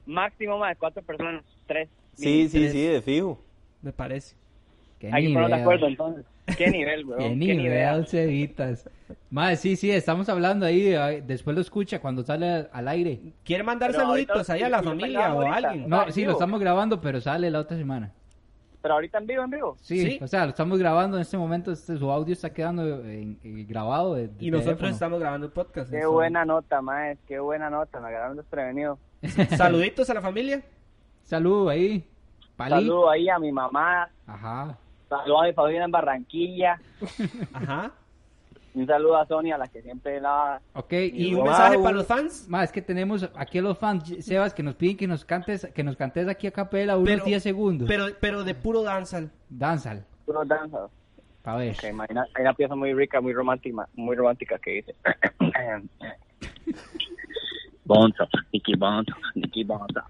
K: Máximo, mae, cuatro personas, tres.
E: Sí, sí,
D: Tres.
E: sí, de fijo.
D: Me parece.
C: Qué
K: Hay que ponernos de
C: nivel.
K: acuerdo, entonces. Qué nivel, weón.
C: (laughs) Qué
K: Qué
C: nivel, Cevitas. Madre, sí, sí, estamos hablando ahí. ay, Después lo escucha cuando sale al- al aire.
D: ¿Quiere mandar
K: Pero
D: saluditos
K: ahorita-
D: ahí a la
K: yo
D: familia
K: pensaba
D: o a
K: ahorita.
D: alguien?
C: No,
K: Ah,
C: sí,
K: vivo.
C: lo estamos grabando, pero sale la otra semana.
K: Pero ahorita en vivo, en vivo.
C: Sí,
D: Sí.
C: o sea, lo estamos grabando en este momento. Este, su audio está quedando en- en- grabado. de- de
D: Y nosotros
C: teléfono.
D: estamos grabando el podcast.
K: Qué
D: eso.
K: buena nota, mae. Qué buena nota. Me agarraron desprevenido.
D: Saluditos a la familia.
C: Saludo ahí. Pali.
K: Saludo ahí a mi mamá.
C: Ajá.
K: Saludo a mi familia en Barranquilla.
D: Ajá.
K: Un saludo a Sonia, la que siempre la...
C: Ok,
D: Y
C: y
D: un
E: Wow.
D: mensaje para los fans.
C: Más es que tenemos aquí a los fans, Sebas, que nos piden que nos cantes, que nos cantes aquí a capela unos
D: Pero-
C: 10 segundos.
D: Pero, pero de puro danzal.
C: Danzal,
K: Puro danza.
C: pa' ver.
K: Ok, ma, hay, una, hay una pieza muy rica, muy romántica, muy romántica que dice. (coughs) Bonzo, Nicky Bonzo, Nicky Bonzo.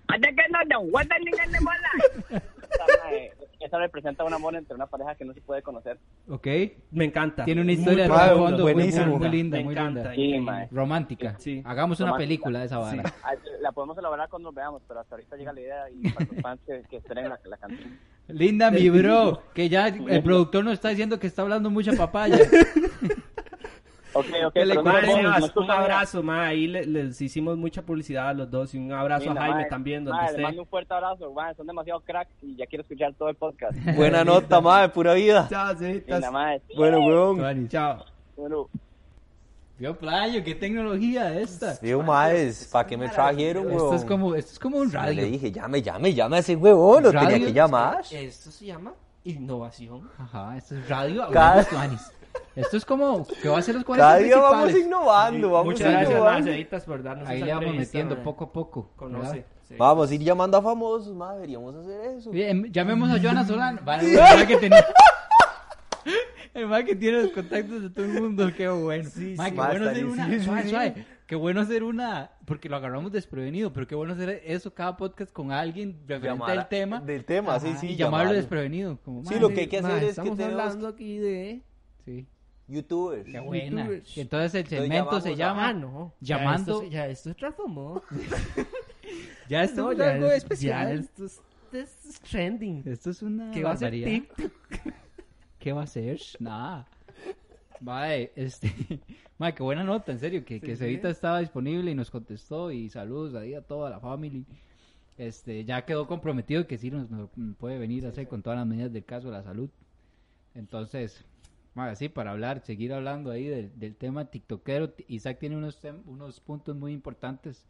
K: Esa, mae, Esa representa un amor entre una pareja que no se puede conocer.
C: Ok,
D: Me encanta.
C: tiene una
D: Muy
C: historia de
D: profundo.
C: trasfondo muy, muy,
D: buenísimo.
C: muy linda,
D: Me
C: muy
D: encanta.
C: linda.
K: Sí, mae.
C: Romántica.
D: Sí.
C: Hagamos una
K: Romántica.
C: película de esa vara.
K: Ah, La podemos elaborar cuando nos veamos, pero hasta ahorita llega la idea y para los fans que, que esperen la, la canción.
C: Linda mi
D: (laughs)
C: bro, que ya el productor nos está diciendo que está hablando mucha papaya.
L: Ok, ok,
D: Que le
L: pero no
D: mae,
L: lo pongas,
D: Sebas,
L: no es tu
D: un
L: cámara.
D: abrazo, mae. Ahí le- les hicimos mucha publicidad a los dos. Y un abrazo
L: Linda,
D: a Jaime
L: mae.
D: también, donde
L: Mae,
D: esté.
L: Le mando un fuerte abrazo, mae, son demasiado crack y ya quiero escuchar todo el podcast.
E: Buena nota, madre, pura vida.
D: Chao,
L: Linda, mae.
E: Bueno, weón.
D: Chao.
L: Bueno.
C: Vio, playo, qué tecnología esta.
E: Digo, maes, ¿para qué me trajeron,
C: Esto
E: weón?
C: es como- esto es como un
E: Sí,
C: radio.
E: Le dije, llame, llame, llame a ese huevón, lo tenía
C: Radio.
E: que llamar.
C: eh,
D: Esto se llama innovación.
C: Ajá, esto es radio.
E: Cada-
C: hablamos tuanis. Esto es como que va a ser los 40
E: Cada día vamos
C: principales.
E: innovando, vamos
D: Muchas gracias,
E: innovando.
D: mae, Cevitas, por darnos
C: Ahí
D: esa
C: le vamos
D: entrevista,
C: metiendo
D: mae.
C: poco a poco.
D: Conoce.
C: ¿verdad?
D: Sí.
E: Vamos a ir llamando a famosos, madre, deberíamos hacer eso.
C: Bien, llamemos a Joana
E: (laughs)
C: Solano. Vale, el mae que tenía- (laughs) El mae que tiene los contactos de todo el mundo, qué bueno. Mae,
E: sí,
C: qué
E: va a
C: bueno
E: estar
C: hacer una.
E: difícil.
C: suave, suave. Qué bueno hacer una. Porque lo agarramos desprevenido, pero qué bueno hacer eso cada podcast con alguien referente
E: Llamar a-
C: al tema.
E: del tema, sí, sí,
C: Y llamarlo
E: llamarlo.
C: desprevenido. Como,
E: Sí,
C: mae,
E: lo que hay que hacer
C: mae,
E: es que
C: estamos
E: tenemos
C: hablando
D: aquí de
C: Sí.
E: youtubers.
C: Qué buena.
D: Youtubers.
C: Y Entonces el
E: Entonces
C: segmento se
E: llamamos
C: llama
E: a-
D: Ah, no.
C: Llamando.
D: Ya esto, se- ya esto se transformó.
C: Ya esto
D: No,
C: es
D: ya
C: algo
D: es-
C: especial.
D: ya esto es, esto es trending.
C: Esto es una
D: ¿Qué va a ser
C: barbaridad. ¿Qué va a ser? Nada. Mae, este, (laughs) mae, qué buena nota, en serio, que, que
D: Sí,
C: Cevita
D: sí.
C: estaba disponible y nos contestó y saludos ahí a toda la familia. Este, ya quedó comprometido que sí nos, nos puede venir a hacer con todas las medidas del caso de la salud. Entonces, mae, sí, para hablar, seguir hablando ahí del, del tema tiktokero, Isaac tiene unos, tem- unos puntos muy importantes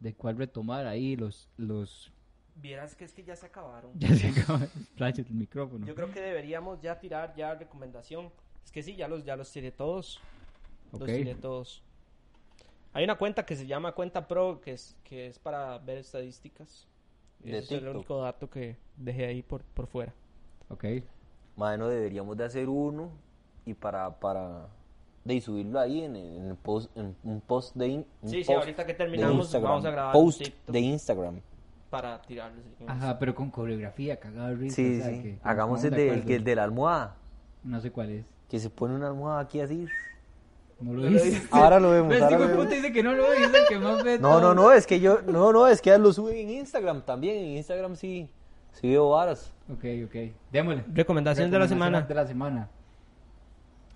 C: de cuál retomar ahí los, los, (laughs)
D: Vieras que es que ya se acabaron. (laughs)
C: ya se acaba, playa el micrófono.
D: Yo creo que deberíamos ya tirar ya recomendación. Es que sí, ya los, ya los tiré todos.
C: Ok.
D: Los tiré todos. Hay una cuenta que se llama Cuenta Pro, que es, que es para ver estadísticas.
E: De
D: Ese es el
E: TikTok.
D: único dato que dejé ahí por, por fuera.
C: Ok.
E: Madre, no deberíamos de hacer uno y para, para de subirlo ahí en, el- en el post, en un post de in- un
D: Sí, sí,
E: post
D: ahorita que
E: de
D: terminamos,
E: Instagram,
D: vamos a grabar
E: Post
D: un TikTok.
E: de Instagram.
D: Para tirarlos. en
C: Ajá, pero con coreografía, cagado de risa.
E: Sí,
C: o sea,
E: sí.
C: que- estamos
E: Hagamos el de, el
C: acuerdo.
E: que- el de la almohada,
C: No sé cuál es.
E: que se pone una almohada aquí así.
C: No lo
E: No lo
C: hice. (laughs)
E: hice. (laughs) Ahora lo vemos,
C: Ves,
E: ahora
C: hijo de
E: lo
C: puta
E: vemos.
C: dice que no lo hice, que más ve
E: (laughs) No, no,
C: todo.
E: no, es que yo, no, no, es que ya lo suben en Instagram también, en Instagram sí, sí veo varas.
C: Ok, ok. Démosle.
D: Recomendación de la semana.
C: De la semana.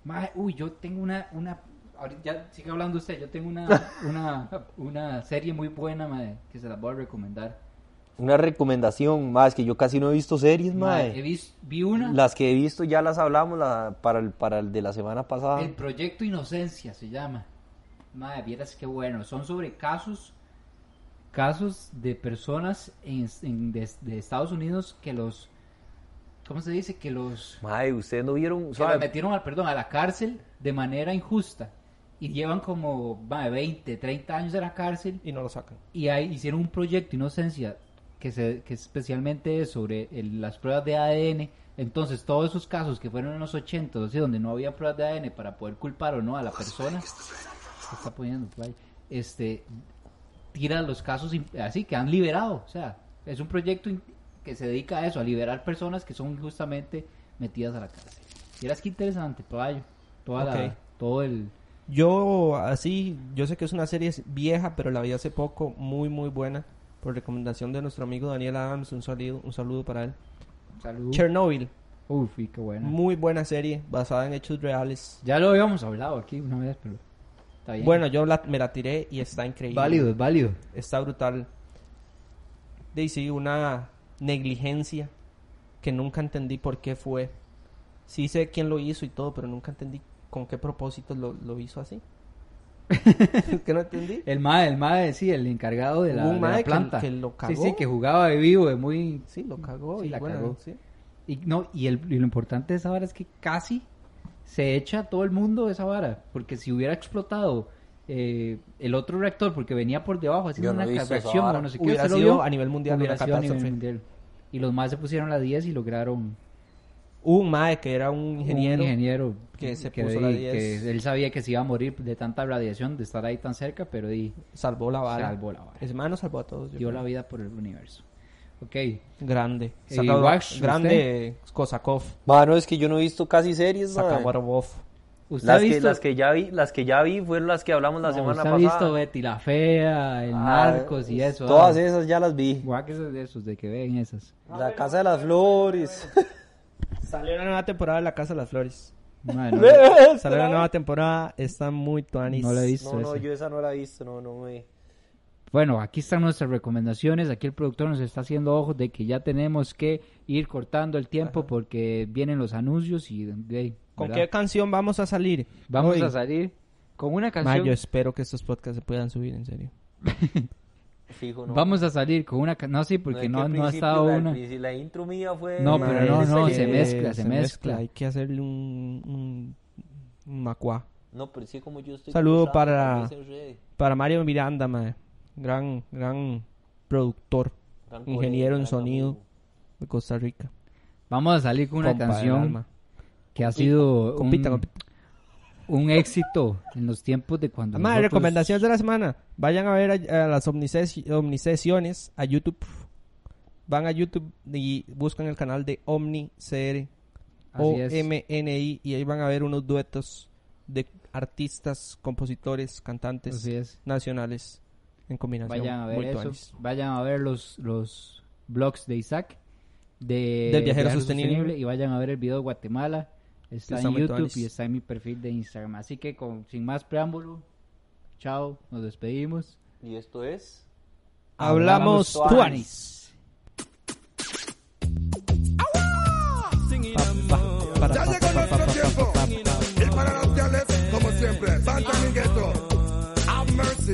C: Mae, uy, yo tengo una, una... ahorita Ya sigue hablando usted. Yo tengo una,
E: (laughs)
C: una, una serie muy buena, mae, que se la voy a recomendar.
E: Una recomendación, más que yo casi no he visto series,
C: Mae,
E: mae.
C: he vis- vi una...
E: Las que he visto ya las hablamos la- para, el, para el de la semana pasada.
C: El Proyecto Inocencia se llama. Madre, vieras qué bueno. Son sobre casos casos de personas en, en- de, de Estados Unidos que los ¿cómo se dice? que los
E: Mae, ustedes no vieron,
C: que los
E: suave,
C: metieron al perdón a la cárcel de manera injusta y llevan como mae, 20, 30 años en la cárcel
D: Y no lo sacan.
C: y ahí hicieron un proyecto Inocencia que, se, que especialmente es sobre el- las pruebas de ADN. Entonces, todos esos casos que fueron en los 80, o sea, donde no había pruebas de ADN para poder culpar o no a la persona, se está poniendo por ahí, este, tira los casos in- así que han liberado. O sea, es un proyecto in- que se dedica a eso, a liberar personas que son justamente metidas a la cárcel. Vieras qué interesante, playo. Toda la-
D: Ok.
C: todo el.
D: Yo, así, yo sé que es una serie vieja, pero la vi hace poco, muy, muy buena. Por recomendación de nuestro amigo Daniel Adams, un saludo, un saludo para él.
C: Salud.
D: Chernobyl,
C: Uf, y qué bueno.
D: muy buena serie, basada en hechos reales.
C: Ya lo habíamos hablado aquí una vez, pero. Está bien.
D: Bueno, yo la- me la tiré y está increíble.
C: Válido, es válido.
D: Está brutal. De ahí sí, una negligencia que nunca entendí por qué fue. Sí sé quién lo hizo y todo, pero nunca entendí con qué propósito lo, lo hizo
C: (laughs)
D: así. es que no entendí.
C: El mae, el mae, sí, el encargado de la,
D: Hubo un
C: de la
D: mae que-
C: planta.
D: que lo
C: Sí, sí,
D: cagó.
C: que jugaba de vivo, de muy...
D: Sí, lo cagó
C: Sí,
D: y
C: la
D: bueno,
C: cagó.
D: sí.
C: Y, no, y, el, y lo importante de esa vara es que casi se echa a todo el mundo de esa vara, porque si hubiera explotado eh, el otro reactor, porque venía por debajo haciendo
E: Yo no he
C: una
E: visto esa
C: cagacción
E: vara.
C: o no sé qué,
D: Hubiera
C: ¿usted lo
D: sido
C: vio?
D: a nivel mundial
C: Hubiera
D: una
C: sido a nivel
D: catástrofe.
C: mundial. Y los más se pusieron la 10 y lograron
D: Hubo un mae que era un ingeniero.
C: un ingeniero
D: que se
C: que,
D: puso
C: di-
D: la
C: que
D: 10.
C: él sabía que se iba a morir de tanta radiación, de estar ahí tan cerca, pero di,
D: Salvó la vara.
C: Salvó la vara.
D: Ese mae nos salvó a todos. yo
C: dio la
D: creo.
C: vida por el universo. Ok,
D: Grande.
C: Eh,
D: Sacado-
C: Wash,
D: grande Kosakov.
E: Mano, es que yo no he visto casi series, mae.
D: Sakawarov.
C: ¿usted ha
E: Las que,
C: visto...
E: las que ya vi, las que ya vi fueron las que hablamos la
C: No,
E: semana
C: usted
E: pasada.
C: ha visto Betty la Fea, el
E: Ah,
C: Narcos y eso.
E: Todas
C: ah.
E: esas ya las vi.
C: Guáqueses de esos, de que ven
E: (laughs)
C: esas.
E: La Casa de las Flores.
C: (laughs)
D: Salió una nueva temporada de La Casa de las Flores.
C: Mae, Este no,
D: Sale la nueva temporada, está muy tuanis.
C: No la he visto No, no, esa.
E: yo esa no la he visto, no, no me...
C: Bueno, aquí están nuestras recomendaciones. Aquí el productor nos está haciendo ojos de que ya tenemos que ir cortando el tiempo porque vienen los anuncios y. ey,
D: ¿Con
C: ¿verdad?
D: qué canción vamos a salir?
C: Vamos
D: hoy?
C: a salir con una
D: Mae,
C: canción.
D: yo espero que estos podcasts se puedan subir, en serio.
E: Fijo, no.
C: Vamos a salir con una. ca- No, sí, porque
E: es que
C: no,
E: al
C: no ha
E: principio
C: estado
E: la,
C: una.
E: si La intro mía fue...
C: No, pero no, no,
D: Eh,
C: se mezcla, se mezcla.
D: Hay que hacerle un, un, un macuá.
E: No, pero sí como yo estoy...
D: Saludo
E: cruzado,
D: para,
E: también se enrede.
D: para Mario Miranda, mae. gran, gran productor,
E: Gran
D: ingeniero en
E: colega, gran
D: sonido de Costa Rica.
C: Vamos a salir con una
D: Compa del
C: canción
D: alma.
C: que ha sido
D: compita,
C: un, un éxito en los tiempos de cuando.
D: Además,
C: nosotros-
D: recomendaciones de la semana. Vayan a ver a, a las omnises- omnisesiones a YouTube. Van a YouTube y buscan el canal de OmniCR. O
C: Así es.
D: M N I y ahí van a ver unos duetos de artistas, compositores, cantantes
C: Así es.
D: nacionales en combinación.
C: Vayan a ver
D: Muy
C: eso.
D: tuanis.
C: Vayan a ver los, los blogs de Isaac. De,
D: Del viajero sostenible.
C: Y vayan a ver el video de Guatemala. Está
D: Está
C: en
D: muy
C: YouTube
D: tuanis.
C: y está en mi perfil de Instagram. Así que con, sin más preámbulo, chao, nos despedimos.
E: Y esto es...
D: Hablamos
E: Hablamos
D: tuanis.
G: Ya llegó nuestro tiempo. Ir para los diales, como siempre. Santo Amigueto. Have mercy.